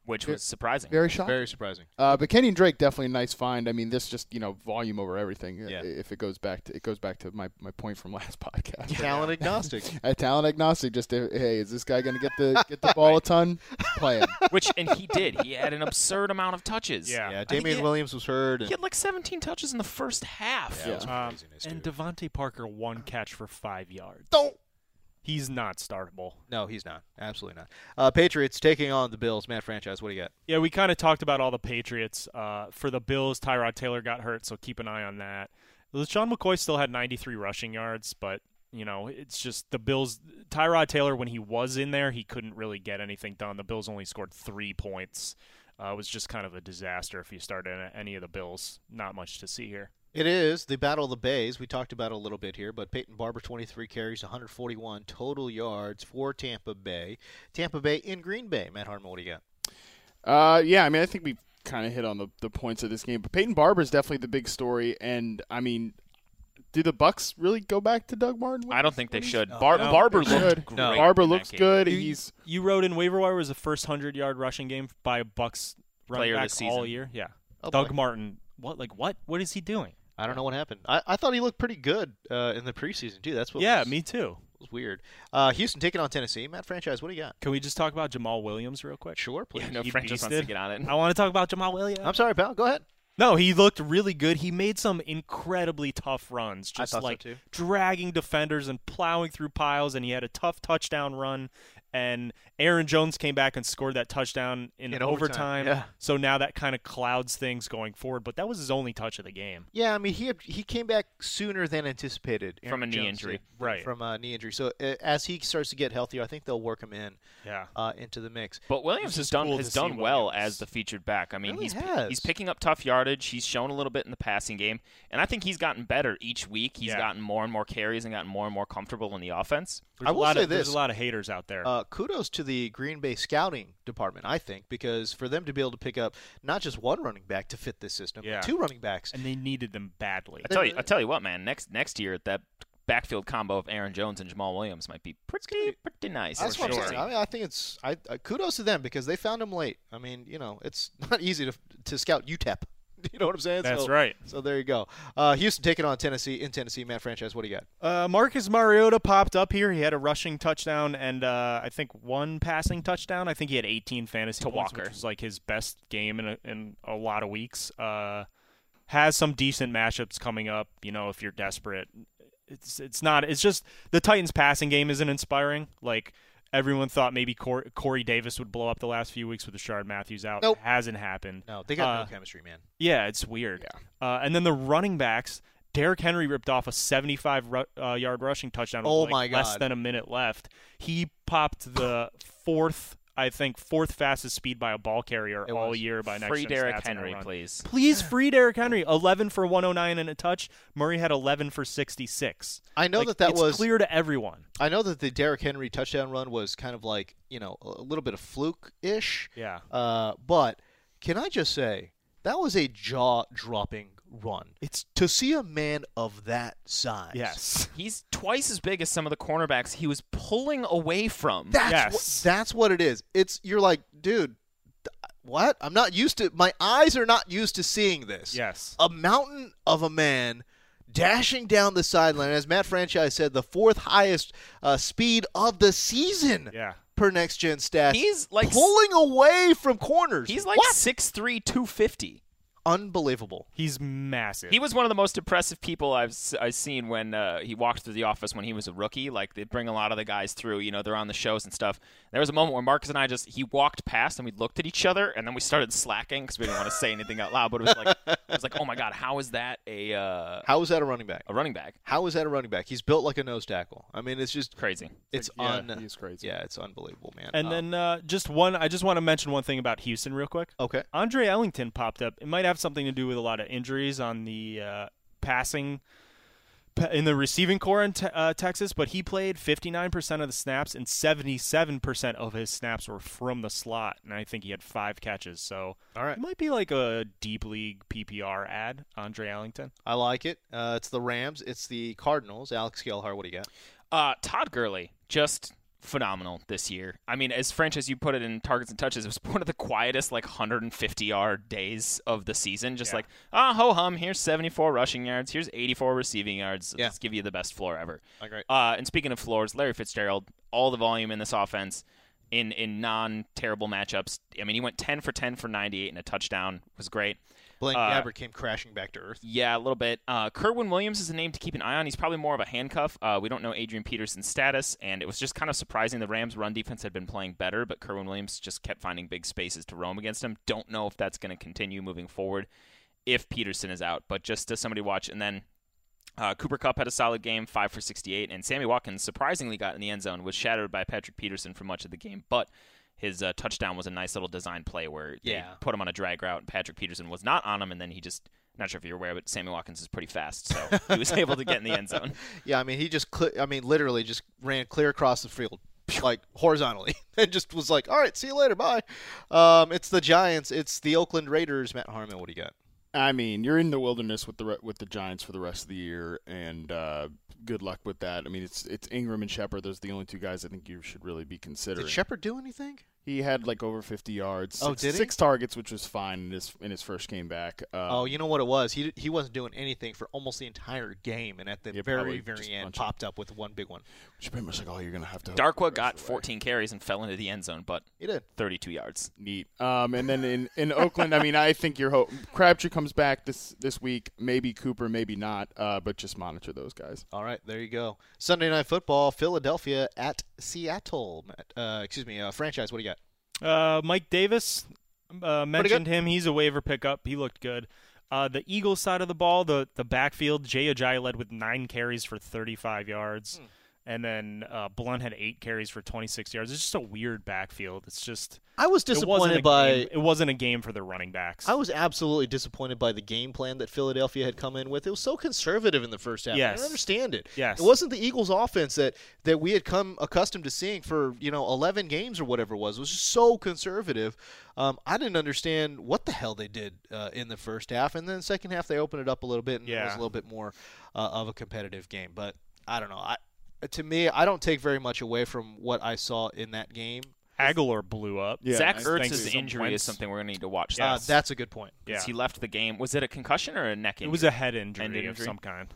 S2: which was surprising.
S3: Very [LAUGHS] shocking.
S1: Very surprising.
S3: Uh, but Kenyon Drake definitely a nice find. I mean, this just you know volume over everything. uh,
S1: Yeah.
S3: If it goes back to it goes back to my, my point from [LAUGHS] last podcast.
S1: Talent agnostic.
S4: [LAUGHS]
S3: A talent agnostic. Just uh, hey, is this guy going to get the get [LAUGHS] the ball a ton? Play him.
S2: Which and he did. He had an absurd amount of touches.
S4: Yeah.
S1: yeah,
S2: I think he
S1: Damian
S2: had-
S1: Williams was hurt.
S2: He
S1: And,
S2: had like 17 touches in the first half.
S3: Yeah.
S4: Um,
S1: Craziness,
S4: and
S1: dude.
S4: Devontae Parker, one catch for five yards.
S1: Don't-
S4: He's not startable.
S1: no, he's not. Absolutely not. Uh, Patriots taking on the Bills. Matt franchise. What do you got?
S4: Yeah, we kind of talked about all the Patriots. Uh, for the Bills, Tyrod Taylor got hurt, so keep an eye on that. LaShawn McCoy still had 93 rushing yards, but, you know, it's just the Bills. Tyrod Taylor, when he was in there, he couldn't really get anything done. The Bills only scored three points. Uh, it was just kind of a disaster if you started a- any of the Bills. Not much to see here.
S1: It is the Battle of the Bays. We talked about it a little bit here, but Peyton Barber, 23 carries, 141 total yards for Tampa Bay. Tampa Bay in Green Bay. Matt Harmon, what do you got?
S3: [LAUGHS] Uh, yeah, I mean, I think we kind of hit on the, the points of this game, but Peyton Barber is definitely the big story. And I mean, do the Bucks really go back to Doug Martin?
S2: I don't think they should. Bar-
S3: No,
S2: Barber
S3: they
S2: looked
S3: should.
S2: great.
S3: Barber
S2: in that
S3: looks
S2: game.
S3: good.
S4: You-
S3: He's
S4: You wrote in waiver wire was the first hundred yard rushing game by a Bucks running
S2: Player
S4: back
S2: this
S4: all
S2: season.
S4: year. Yeah,
S1: Oh,
S4: Doug
S1: boy.
S4: Martin. What like what? What is he doing?
S1: I don't know what happened. I, I thought he looked pretty good uh, in the preseason too. That's what
S4: yeah,
S1: was,
S4: me too.
S1: was weird. Uh, Houston taking on Tennessee. Matt franchise. What do you got?
S4: Can we just talk about Jamal Williams real quick?
S1: Sure, please.
S2: Yeah, no,
S4: He
S2: Frank just wants to
S4: beasted.
S2: get on it.
S4: I want to talk about Jamal Williams.
S1: I'm sorry, pal. Go ahead.
S4: No, he looked really good. He made some incredibly tough runs,
S1: I
S4: just
S1: thought so,
S4: like
S1: too.
S4: dragging defenders and plowing through piles. And he had a tough touchdown run. And Aaron Jones came back and scored that touchdown in,
S1: In overtime,
S4: overtime.
S1: yeah.
S4: So now that kind of clouds things going forward. But that was his only touch of the game.
S1: Yeah, I mean he had, he came back sooner than anticipated
S2: From a
S1: Aaron
S2: knee
S1: Jones
S2: injury.
S1: did.
S4: Right.
S1: From a knee injury. So uh, as he starts to get healthier, I think they'll work him in
S4: Yeah.
S1: uh, into the mix.
S2: But Williams
S4: It's
S2: has
S4: just
S2: done
S4: cool
S2: has
S4: to see
S2: done well
S4: Williams.
S2: as the featured back. I mean,
S1: Really
S2: he's pi-
S1: has.
S2: he's picking up tough yardage. He's shown a little bit in the passing game, and I think he's gotten better each week. He's
S4: Yeah.
S2: gotten more and more carries and gotten more and more comfortable in the offense.
S4: There's
S1: I
S4: a
S1: will
S4: lot
S1: say
S4: of, There's
S1: this.
S4: a lot of haters out there.
S1: Uh, kudos to the Green Bay scouting department, I think, because for them to be able to pick up not just one running back to fit this system,
S4: Yeah.
S1: but two running backs.
S4: and they needed them badly.
S2: I tell you, I tell you what, man. Next next year, that backfield combo of Aaron Jones and Jamal Williams might be pretty pretty nice.
S1: That's
S2: for
S1: what
S2: sure.
S1: I'm saying. I mean, I think it's I, I kudos to them because they found him late. I mean, you know, it's [LAUGHS] not easy to to scout UTEP. [LAUGHS] You know what I'm saying?
S4: That's
S1: So-
S4: right.
S1: So there you go. Uh, Houston taking on Tennessee in Tennessee. Matt franchise. What do you got?
S4: Uh, Marcus Mariota popped up here. He had a rushing touchdown and uh, I think one passing touchdown. I think he had 18 fantasy
S2: To
S4: points,
S2: Walker.
S4: which was like his best game in a, in a lot of weeks. Uh, has some decent matchups coming up. You know, if you're desperate, it's it's not. It's just the Titans' passing game isn't inspiring. Like everyone thought, maybe Cor- Corey Davis would blow up the last few weeks with Rashard Matthews out.
S1: Nope.
S4: Hasn't happened.
S1: No, they got
S4: Uh,
S1: no chemistry, man.
S4: yeah, it's weird. Uh, and then the running backs, Derrick Henry ripped off a 75 ru- uh, yard rushing touchdown. with,
S1: Oh,
S4: like,
S1: my
S4: Less
S1: God.
S4: than a minute left. He popped the fourth, I think, fourth fastest speed by a ball carrier
S1: It
S4: all
S1: was.
S4: year by next
S2: Free
S4: Gen
S2: Derrick
S4: Stats on a
S2: Henry,
S4: run.
S2: please.
S1: [SIGHS]
S4: Please free Derrick Henry. 11 for 109 and a touch. Murray had 11 for 66.
S1: I know
S4: Like,
S1: that that
S4: it's
S1: was-
S4: clear to everyone.
S1: I know that the Derrick Henry touchdown run was kind of like you know a little bit of fluke ish.
S4: Yeah.
S1: Uh, but can I just say that was a jaw dropping run.
S4: It's
S1: To see a man of that size.
S4: yes.
S2: He's twice as big as some of the cornerbacks he was pulling away from.
S1: That's
S4: Yes.
S1: what, that's what it is. It's you're like, dude, th- what? I'm not used to. My eyes are not used to seeing this.
S4: Yes.
S1: A mountain of a man dashing down the sideline. As Matt Franchise said, the fourth highest uh, speed of the season.
S4: Yeah.
S1: Per next gen stats,
S2: He's like s-
S1: pulling away from corners.
S2: He's like
S1: What?
S2: six three, two fifty.
S1: unbelievable.
S4: He's massive.
S2: He was one of the most impressive people I've, s- I've seen when uh, he walked through the office when he was a rookie. Like they bring a lot of the guys through, you know, they're on the shows and stuff. There was a moment where Marcus and I just he walked past and we looked at each other and then we started slacking because we didn't want to say anything out loud. But it was like it was like, oh my god, how is that a uh,
S1: How is that a running back?
S2: a running back?
S1: How is that a running back? He's built like a nose tackle. I mean, it's just
S2: Crazy.
S1: it's
S3: yeah,
S1: un.
S3: he's crazy.
S1: Yeah, it's unbelievable, man.
S4: And
S1: Um,
S4: then uh, just one, I just want to mention one thing about Houston real quick.
S1: okay,
S4: Andre Ellington popped up. It might have something to do with a lot of injuries on the uh, passing pa- in the receiving core in te- uh, Texas, but he played 59% of the snaps and 77% of his snaps were from the slot, and I think he had five catches. So
S1: All right.
S4: it might be like a deep league PPR ad, Andre Ellington.
S1: I like it. Uh, it's the Rams. It's the Cardinals. Alex Gellhart, what do you got?
S2: Uh, Todd Gurley just phenomenal this year. I mean, as French as you put it in targets and touches, it was [LAUGHS] one of the quietest like 150 yard days of the season. Just like ah ho hum, here's 74 rushing yards, here's 84 receiving yards.
S1: Yeah.
S2: Let's give you the best floor ever.
S1: Agree.
S2: Uh, and speaking of floors, Larry Fitzgerald, all the volume in this offense. In, in non terrible matchups, I mean, he went 10 for 10 for 98 and a touchdown was great.
S1: Blaine
S2: Uh,
S1: Gabbert came crashing back to earth.
S2: Yeah, a little bit. Uh, Kerwin Williams is a name to keep an eye on. He's probably more of a handcuff. Uh, we don't know Adrian Peterson's status, and it was just kind of surprising. The Rams' run defense had been playing better, but Kerwin Williams just kept finding big spaces to roam against him. Don't know if that's going to continue moving forward if Peterson is out, but just does somebody watch? And then uh, Cooper Cup had a solid game, five for 68, and Sammy Watkins surprisingly got in the end zone, was shadowed by Patrick Peterson for much of the game, but his uh, touchdown was a nice little design play where they
S1: Yeah.
S2: put him on a drag route, and Patrick Peterson was not on him, and then he just. Not sure if you're aware, but Sammy Watkins is pretty fast, so he [LAUGHS] was able to get in the end zone.
S1: Yeah, I mean, he just, cl- I mean, literally just ran clear across the field, [LAUGHS] like horizontally, [LAUGHS] and just was like, all right, see you later, bye. Um, it's the Giants. It's the Oakland Raiders. Matt Harmon, what do you got?
S3: I mean, you're in the wilderness with the re- with the Giants for the rest of the year, and uh, good luck with that. I mean, it's it's Ingram and Shepard. Those are the only two guys I think you should really be considering.
S1: Did Shepard do anything?
S3: he had like over 50 yards,
S1: Oh,
S3: six-
S1: did he?
S3: six targets, which was fine in his in his first game back. Uh,
S1: Oh, you know what it was? He he wasn't doing anything for almost the entire game, and at the
S3: Yeah,
S1: very
S3: probably
S1: very
S3: just
S1: end,
S3: punch it.
S1: popped up with one big one.
S3: which is pretty much like all you're gonna have to. hope
S2: Darqua
S3: the rest
S2: got
S3: of the way.
S2: 14 carries and fell into the end zone, but
S1: He did.
S2: 32 yards.
S3: neat. Um, and then in, in Oakland, I mean, I think your hope Crabtree comes back this this week. Maybe Cooper, maybe not. Uh, but just monitor those guys.
S1: All right, there you go. Sunday night football, Philadelphia at Seattle. Matt- Uh, excuse me, uh, franchise. What do you got?
S4: Uh, Mike Davis uh, mentioned
S1: good.
S4: him. He's a waiver pickup. He looked good. Uh, the Eagles side of the ball, the the backfield, Jay Ajayi led with nine carries for 35
S1: Hmm.
S4: yards, and then uh, Blunt had eight carries for 26 yards. It's just a weird backfield. It's just
S1: I was
S4: it wasn't
S1: disappointed
S4: a
S1: by.
S4: game- it wasn't a game for the running backs.
S1: I was absolutely disappointed by the game plan that Philadelphia had come in with. It was so conservative in the first half. I
S4: Yes.
S1: don't understand it.
S4: Yes.
S1: It wasn't the Eagles offense that, that we had come accustomed to seeing for, you know, 11 games or whatever it was. It was just so conservative. Um, I didn't understand what the hell they did uh, in the first half. And then second half, they opened it up a little bit and it was
S4: Yeah.
S1: a little bit more uh, of a competitive game. But I don't know. I, to me, I don't take very much away from what I saw in that game.
S4: Aguilar blew up.
S3: Yeah,
S2: Zach
S3: nice.
S2: Ertz's
S3: Thanks.
S2: injury is
S4: Wentz.
S2: something we're going to need to watch.
S1: Uh, that's a good point.
S4: Yeah.
S2: He left the game. Was it a concussion or a neck injury?
S4: It was a head injury,
S2: End
S4: of
S2: injury?
S4: some kind.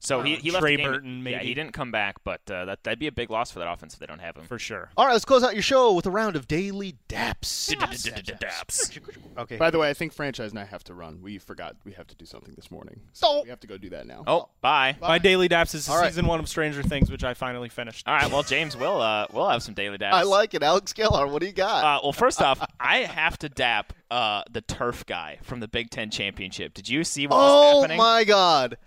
S2: So he,
S4: Uh,
S2: he left
S4: Trey
S2: the game.
S4: Burton,
S2: Yeah, he
S4: maybe.
S2: didn't come back, but uh, that, that'd be a big loss for that offense if they don't have him.
S4: For sure.
S1: All right, let's close out your show with a round of daily
S2: [LAUGHS]
S1: daps.
S2: Daps.
S1: Okay.
S3: By the way, I think franchise and I have to run. We forgot we have to do something this morning. So we have to go do that now.
S2: Oh, bye.
S4: My daily daps is
S1: All right.
S4: season one of Stranger Things, which I finally finished.
S2: All right. Well, James, we'll uh, we'll have some daily daps.
S1: I like it. Alex Gellar, what do you got?
S2: Uh, well, first off, I have to dap uh, the turf guy from the Big Ten championship. Did you see what was
S1: oh
S2: happening?
S1: my God.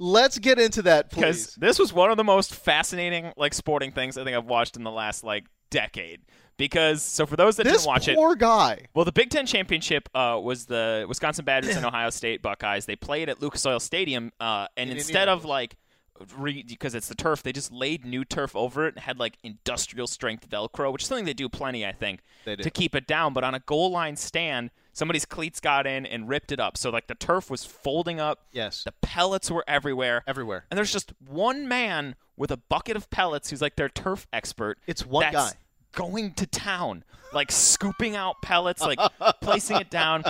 S1: Let's get into that,
S2: because
S1: please.
S2: this was one of the most fascinating like sporting things I think I've watched in the last like decade. Because so for those that
S1: This
S2: didn't watch it,
S1: poor guy.
S2: Well, the Big Ten championship uh, was the Wisconsin
S1: [CLEARS THROAT]
S2: Badgers and Ohio State Buckeyes. They played at Lucas Oil Stadium, uh, and
S1: In
S2: instead of like re- because it's the turf, they just laid new turf over it and had like industrial strength Velcro, which is something they do plenty, I think,
S1: They do.
S2: to keep it down. But on a goal line stand, somebody's cleats got in and ripped it up, so like the turf was folding up.
S1: Yes.
S2: the pellets were everywhere.
S1: Everywhere.
S2: and there's just one man with a bucket of pellets who's like their turf expert.
S1: It's one
S2: that's
S1: guy.
S2: going to town, like scooping out pellets, like placing it down.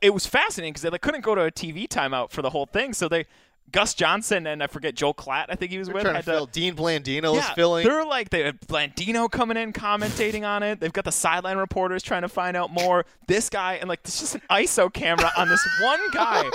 S2: It was fascinating because they like, couldn't go to a TV timeout for the whole thing, so they Gus Johnson and I forget Joel Klatt, I think he was
S1: We're
S2: with.
S1: trying to
S2: had
S1: fill. Dean Blandino is
S2: yeah,
S1: filling.
S2: They're like they had Blandino coming in commentating on it. They've got the sideline reporters trying to find out more. This guy and like there's just an ISO camera on this one
S1: [LAUGHS]
S2: guy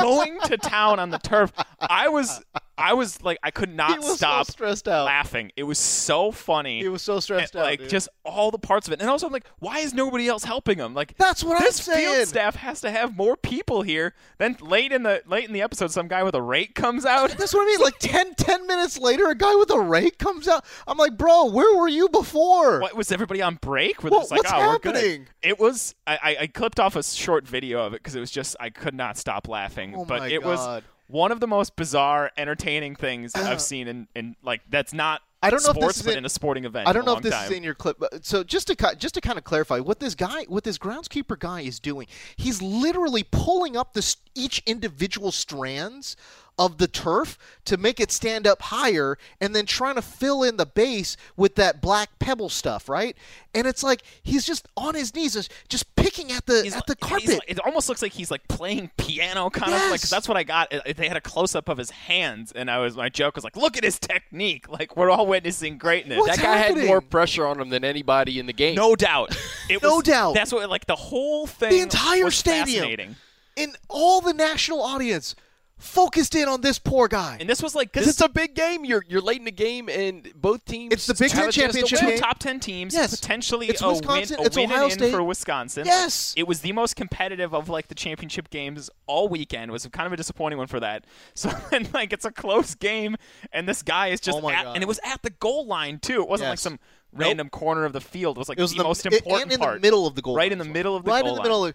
S2: going to town on the turf. I was I was like I could not
S1: He was so
S2: stop
S1: stressed out.
S2: laughing. It was so funny.
S1: He was so stressed
S2: And,
S1: out,
S2: Like
S1: dude.
S2: just all the parts of it. And also I'm like, why is nobody else helping him? Like
S1: That's what I'm
S2: this
S1: saying.
S2: field staff has to have more people here. Then late in the late in the episode some guy with a rake comes
S1: [LAUGHS]
S2: out.
S1: That's what I mean. Like 10, 10 minutes later, a guy with a rake comes out. I'm like, bro, where were you before?
S2: What was everybody on break? Where
S1: What-
S2: it's like,
S1: what's
S2: oh, We're
S1: happening?"
S2: good. It was. I, I, I clipped off a short video of it because it was just I could not stop laughing.
S1: Oh
S2: but
S1: my
S2: it
S1: God. Uh-huh.
S2: was one of the most bizarre, entertaining things I've seen in, in like that's not.
S1: I don't know if
S2: sports,
S1: this is
S2: but
S1: in-
S2: in a sporting event.
S1: I
S2: in
S1: don't
S2: a
S1: know if
S2: long
S1: this
S2: time.
S1: is in your clip, but so just to ki- just to kind of clarify what this guy, what this groundskeeper guy is doing, he's literally pulling up the s each individual strands of the turf to make it stand up higher and then trying to fill in the base with that black pebble stuff, right? And it's like he's just on his knees, just- just picking at the
S2: He's
S1: at the
S2: like- he's
S1: carpet.
S2: like- it almost looks like he's like playing piano, kind of like.
S1: Yes.
S2: 'cause that's what I got. It- They had a close up of his hands, and I was my joke was like, "Look at his technique! Like we're all witnessing greatness."
S1: What's
S5: that guy
S1: happening?
S5: had more pressure on him than anybody in the game.
S2: no
S1: [LAUGHS]
S2: doubt. It
S1: No
S2: was-
S1: doubt.
S2: That's what like the whole thing.
S1: the entire
S2: was
S1: stadium
S2: fascinating.
S1: and all the national audience focused in on this poor guy.
S2: And this was like
S5: Because
S2: this-
S5: it's a big game. You're you're late in the game, and both teams.
S1: It's the Big
S5: have
S1: Ten
S5: a chance to
S1: championship
S5: win.
S2: two
S1: game.
S2: top ten teams,
S1: Yes.
S2: potentially
S1: It's
S2: a win,
S1: Wisconsin,
S2: a
S1: it's
S2: win
S1: Ohio
S2: and in
S1: State.
S2: for Wisconsin.
S1: Yes.
S2: it was the most competitive of like the championship games all weekend. It was kind of a disappointing one for that. [LAUGHS] So and like it's a close game, and this guy is just
S1: Oh my
S2: at,
S1: God.
S2: and it was at the goal line too. It wasn't like
S1: Yes.
S2: some
S1: Nope.
S2: random corner of the field. It was like
S1: It was
S2: the,
S1: the
S2: most
S1: it- and
S2: important
S1: in the
S2: part,
S1: middle of the goal line
S2: right in the
S1: as well.
S2: middle of the
S1: right
S2: goal
S1: in the
S2: line.
S1: middle of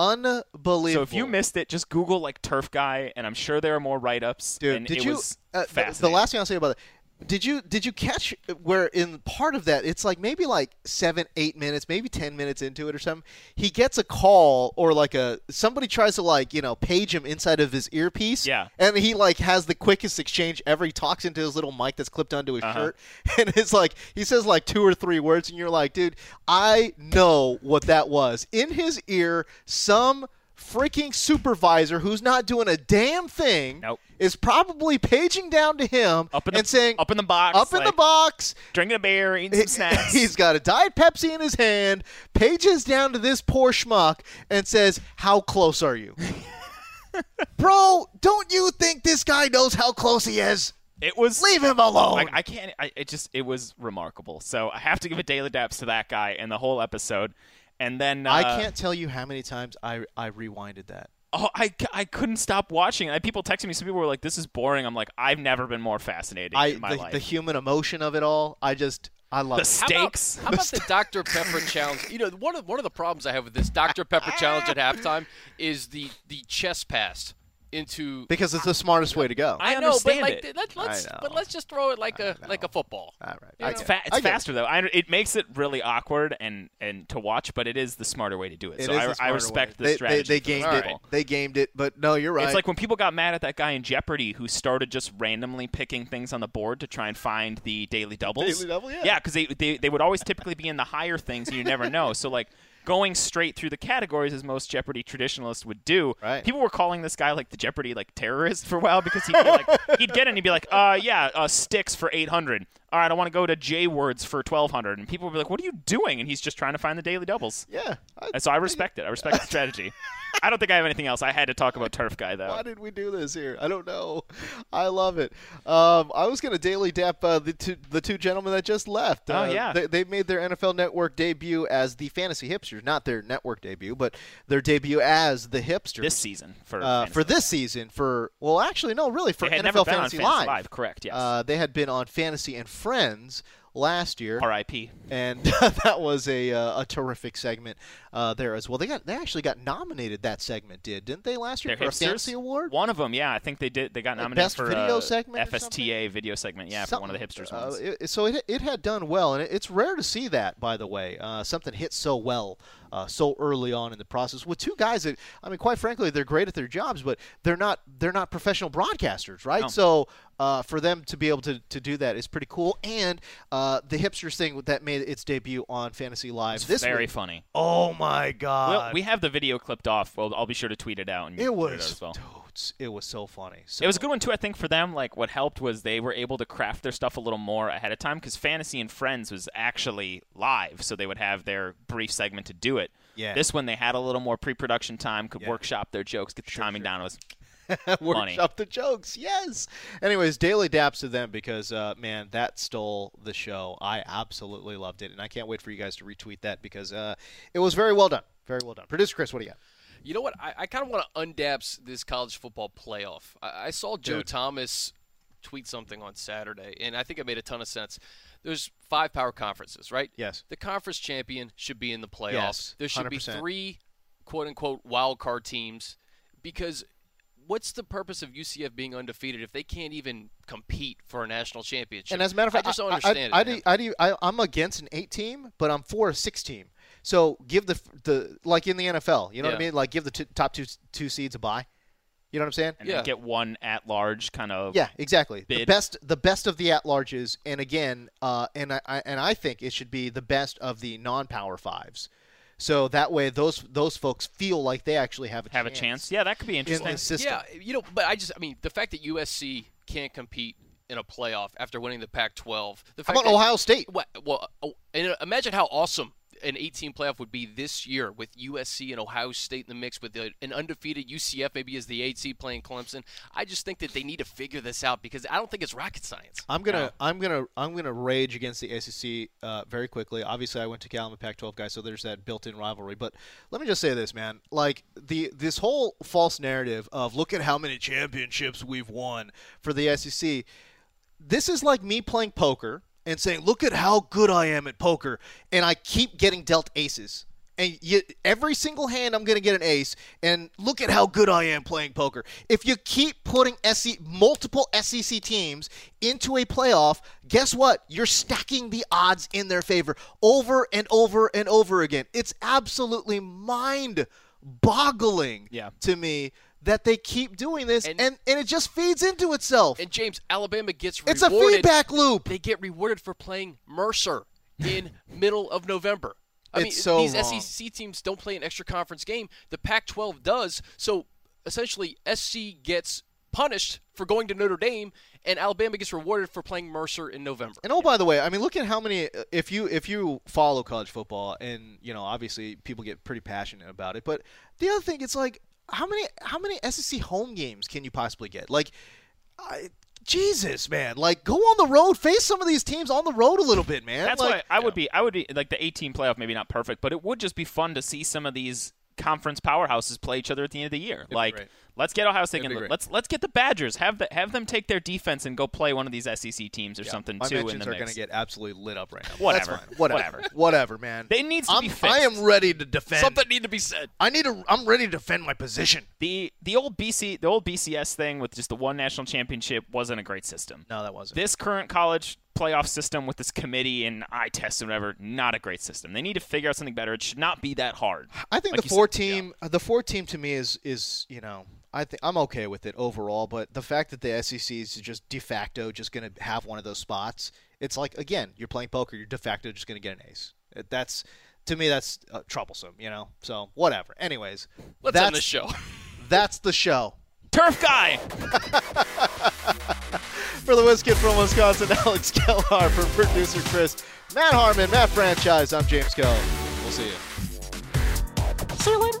S1: unbelievable.
S2: so if you missed it, just Google like turf guy, and I'm sure there are more write ups.
S1: Dude,
S2: and
S1: did
S2: it
S1: you?
S2: was
S1: uh, th- the
S2: fascinating.
S1: last thing I'll say about that. Did you did you catch where in part of that it's like maybe like seven eight minutes maybe ten minutes into it or something he gets a call or like a somebody tries to like you know page him inside of his earpiece
S2: Yeah.
S1: and he like has the quickest exchange ever he talks into his little mic that's clipped onto his
S2: Uh-huh.
S1: shirt [LAUGHS] and it's like he says like two or three words and you're like dude I know what that was in his ear some freaking supervisor who's not doing a damn thing
S2: Nope.
S1: is probably paging down to him
S2: Up in the-
S1: and saying,
S2: up in the box,
S1: up in the
S2: like-
S1: box."
S2: drinking a
S1: [LAUGHS]
S2: beer, eating some snacks.
S1: He's got a diet Pepsi in his hand, pages down to this poor schmuck, and says, "How close are
S2: [LAUGHS]
S1: you, bro? Don't you think this guy knows how close he is?
S2: it was
S1: Leave him alone."
S2: Like I can't. I, it just it was remarkable. So I have to give a daily daps to that guy and the whole episode. And then uh,
S1: I can't tell you how many times I I rewinded that.
S2: Oh, I, c- I couldn't stop watching. I, people texting me. Some people were like, "This is boring." I'm like, "I've never been more fascinated
S1: I
S2: in my
S1: the,
S2: life."
S1: the human emotion of it all. I just I love
S2: The
S1: it.
S2: sta- Steaks.
S5: How about, how about the Dr. Pepper [LAUGHS] challenge? You know, one of one of the problems I have with this Dr. Pepper challenge at halftime is the the chess pass into.
S1: because it's the smartest way to go.
S2: I
S5: know, but
S2: understand
S5: like
S2: it.
S5: Let, us
S1: I know.
S5: but let's just throw it like a like a football.
S1: all right,
S5: You
S1: I
S5: know?
S2: it's
S1: get
S2: fa- it's
S1: I get it.
S2: faster though. I, it makes it really awkward and and to watch, but it is the smarter way to do it.
S1: It
S2: so
S1: is
S2: I,
S1: the
S2: I
S1: smarter
S2: respect
S1: way.
S2: the
S1: they,
S2: strategy.
S1: They, they
S2: for
S1: gamed
S2: the
S1: it.
S2: people.
S1: They gamed it. But no, you're right.
S2: It's like when people got mad at that guy in Jeopardy who started just randomly picking things on the board to try and find the daily doubles.
S1: Daily double, yeah.
S2: because they, they they would always typically be in the higher things, and you never know. So like going straight through the categories as most Jeopardy traditionalists would do.
S1: Right.
S2: People were calling this guy like the Jeopardy like terrorist for a while because he'd be
S1: [LAUGHS]
S2: like he'd get it and he'd be like, uh yeah, uh sticks for eight hundred. All right, I want to go to J words for twelve hundred, and people would be like, what are you doing? And he's just trying to find the daily doubles.
S1: yeah. I,
S2: And so I respect it. I respect the strategy. I don't think I have anything else. I had to talk about Turf Guy though.
S1: why did we do this here? I don't know. I love it. Um, I was gonna daily dap uh, the two the two gentlemen that just left.
S2: Oh,
S1: Uh,
S2: yeah.
S1: they, they made their NFL Network debut as the Fantasy Hipsters, not their network debut, but their debut as the Hipsters
S2: this season for
S1: Uh,
S2: fantasy.
S1: for this season, for well, actually, no, really, for
S2: They
S1: NFL
S2: had never been on
S1: Fantasy,
S2: Fantasy
S1: Live.
S2: Live, correct, yes.
S1: Uh, they had been on Fantasy and Friends last year.
S2: R.I.P.
S1: and [LAUGHS] that was a uh, a terrific segment uh, there as well. They got they actually got nominated that segment did didn't they last year
S2: They're
S1: for
S2: hipsters.
S1: a fantasy award?
S2: One of them, yeah, I think they did. They got
S1: Like
S2: nominated
S1: best
S2: for
S1: video
S2: uh,
S1: segment or
S2: FSTA video segment, yeah, for one of the hipsters
S1: Something, uh,
S2: ones.
S1: it- it- so it, it had done well, and it, it's rare to see that, by the way. Uh, something hit so well uh, so early on in the process with two guys that I mean, quite frankly, they're great at their jobs, but they're not they're not professional broadcasters, right? So uh, for them to be able to, to do that is pretty cool. And uh, the hipsters thing that made its debut on Fantasy Live this
S2: Very
S1: week.
S2: funny.
S1: Oh my god!
S2: well, we have the video clipped off. Well, I'll be sure to tweet it out. And
S1: It
S2: put
S1: was
S2: out as well.
S1: totes. It was so funny. So,
S2: It was a good one too. I think for them, like what helped was they were able to craft their stuff a little more ahead of time because Fantasy and Friends was actually live, so they would have their brief segment to do it.
S1: Yeah.
S2: This one they had a little more pre-production time, could workshop their jokes, get the timing down. It was funny.
S1: Workshop the jokes, yes. Anyways, daily daps to them because uh, man, that stole the show. I absolutely loved it, and I can't wait for you guys to retweet that because uh, it was very well done. Very well done, producer Chris. What do you got?
S5: You know what? I, I kind of want to undaps this college football playoff. I, I saw Joe Thomas tweet something on Saturday, and I think it made a ton of sense. There's five power conferences, right?
S1: Yes.
S5: The conference champion should be in the playoffs.
S1: Yes,
S5: there should be
S1: 100%.
S5: three quote unquote wild card teams because what's the purpose of UCF being undefeated if they can't even compete for a national championship?
S1: And as a matter of fact,
S5: I just don't
S1: I,
S5: understand
S1: I,
S5: it. man.
S1: I, do, I, do, I, am against an eight team, but I'm for a six team. So give the the like in the NFL, you know what I
S5: Yeah.
S1: mean? Like give the t- top two two seeds a bye. You You know what I'm saying?
S2: and then
S5: Yeah.
S2: get one at large kind of
S1: Yeah, exactly. The
S2: Bid.
S1: best, the best of the at-larges, and again, uh, and I, I and I think it should be the best of the non-power fives. So that way, those those folks feel like they actually have a
S2: have a
S1: chance
S2: chance. Yeah, that could be
S1: in
S2: interesting.
S1: the system.
S5: Yeah, you know, but I just, I mean, the fact that USC can't compete in a playoff after winning the Pac-12.
S1: How
S5: The fact
S1: about
S5: that-
S1: Ohio State?
S5: Well, well oh, and imagine how awesome an 18 playoff would be this year with USC and Ohio State in the mix with the, an undefeated UCF maybe as the 8 seed playing Clemson. I just think that they need to figure this out because I don't think it's rocket science.
S1: I'm gonna, I'm gonna, I'm gonna rage against the SEC uh, very quickly. Obviously, I went to Cal. I'm a Pac-12 guy, so there's that built-in rivalry. But let me just say this, man: like the this whole false narrative of look at how many championships we've won for the SEC. This is like me playing poker and saying, look at how good I am at poker, and I keep getting dealt aces. And you, every single hand, I'm going to get an ace. And look at how good I am playing poker. If you keep putting SC, multiple SEC teams into a playoff, guess what? You're stacking the odds in their favor over and over and over again. It's absolutely mind boggling
S2: Yeah.
S1: to me that they keep doing this. And,
S5: And-
S1: and, it just feeds into itself.
S5: And James, Alabama gets
S1: it's a
S5: rewarded.
S1: feedback loop.
S5: They get rewarded for playing Mercer
S1: [LAUGHS]
S5: in middle of November. I mean,
S1: It's so
S5: these
S1: wrong.
S5: SEC teams don't play an extra conference game. The Pac-12 does. So essentially, SC gets punished for going to Notre Dame, and Alabama gets rewarded for playing Mercer in November.
S1: And oh, by the way, I mean, look at how many. uh, If you if you follow college football, and you know, obviously, people get pretty passionate about it. But the other thing, it's like how many how many SEC home games can you possibly get? Like, I, Jesus, man! Like, go on the road, face some of these teams on the road a little bit, man.
S2: That's
S1: like,
S2: why I would be. I would be like the 18 playoff, maybe not perfect, but it would just be fun to see some of these conference powerhouses play each other at the end of the year. like,
S1: great.
S2: let's get Ohio State and
S1: great.
S2: let's let's get the Badgers. Have the, have them take their defense and go play one of these SEC teams or something
S1: My
S2: too. in
S1: mentions
S2: the
S1: are
S2: mix.
S1: going to get absolutely lit up right now.
S2: Whatever.
S1: That's fine. Whatever. Whatever, man.
S2: They needs to
S1: I'm,
S2: be fixed.
S1: I am ready to defend.
S5: Something need to be said.
S1: I need to. I'm ready to defend my position.
S2: the the old BC the old BCS thing with just the one national championship wasn't a great system.
S1: No, that wasn't.
S2: This current college playoff system with this committee and eye tests and whatever, not a great system. They need to figure out something better. It should not be that hard.
S1: I think
S2: Like
S1: the
S2: you said,
S1: four
S2: yeah.
S1: team, uh, the four team to me is is you know I think I'm okay with it overall, but the fact that the SEC is just de facto just going to have one of those spots, it's like again you're playing poker, you're de facto just going to get an ace. It- That's to me that's uh, troublesome, you know. So whatever. Anyways,
S5: Let's
S1: that's
S5: end the show.
S1: [LAUGHS] That's the show
S2: Turf guy.
S1: for the Whiskey from Wisconsin. [LAUGHS] Alex Kellar for producer Chris, Matt Harmon, Matt Franchise. I'm James Kelly. We'll see you.
S7: See you later.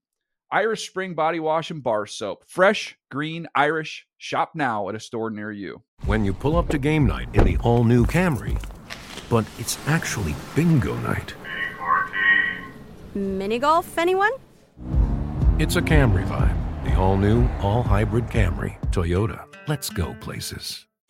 S8: Irish Spring Body Wash and Bar Soap. Fresh, green, Irish. Shop now at a store near you.
S6: When you pull up to game night in the all new Camry, but it's actually bingo night.
S9: Mini golf, anyone?
S6: It's a Camry vibe. The all new, all hybrid Camry. Toyota. Let's go places.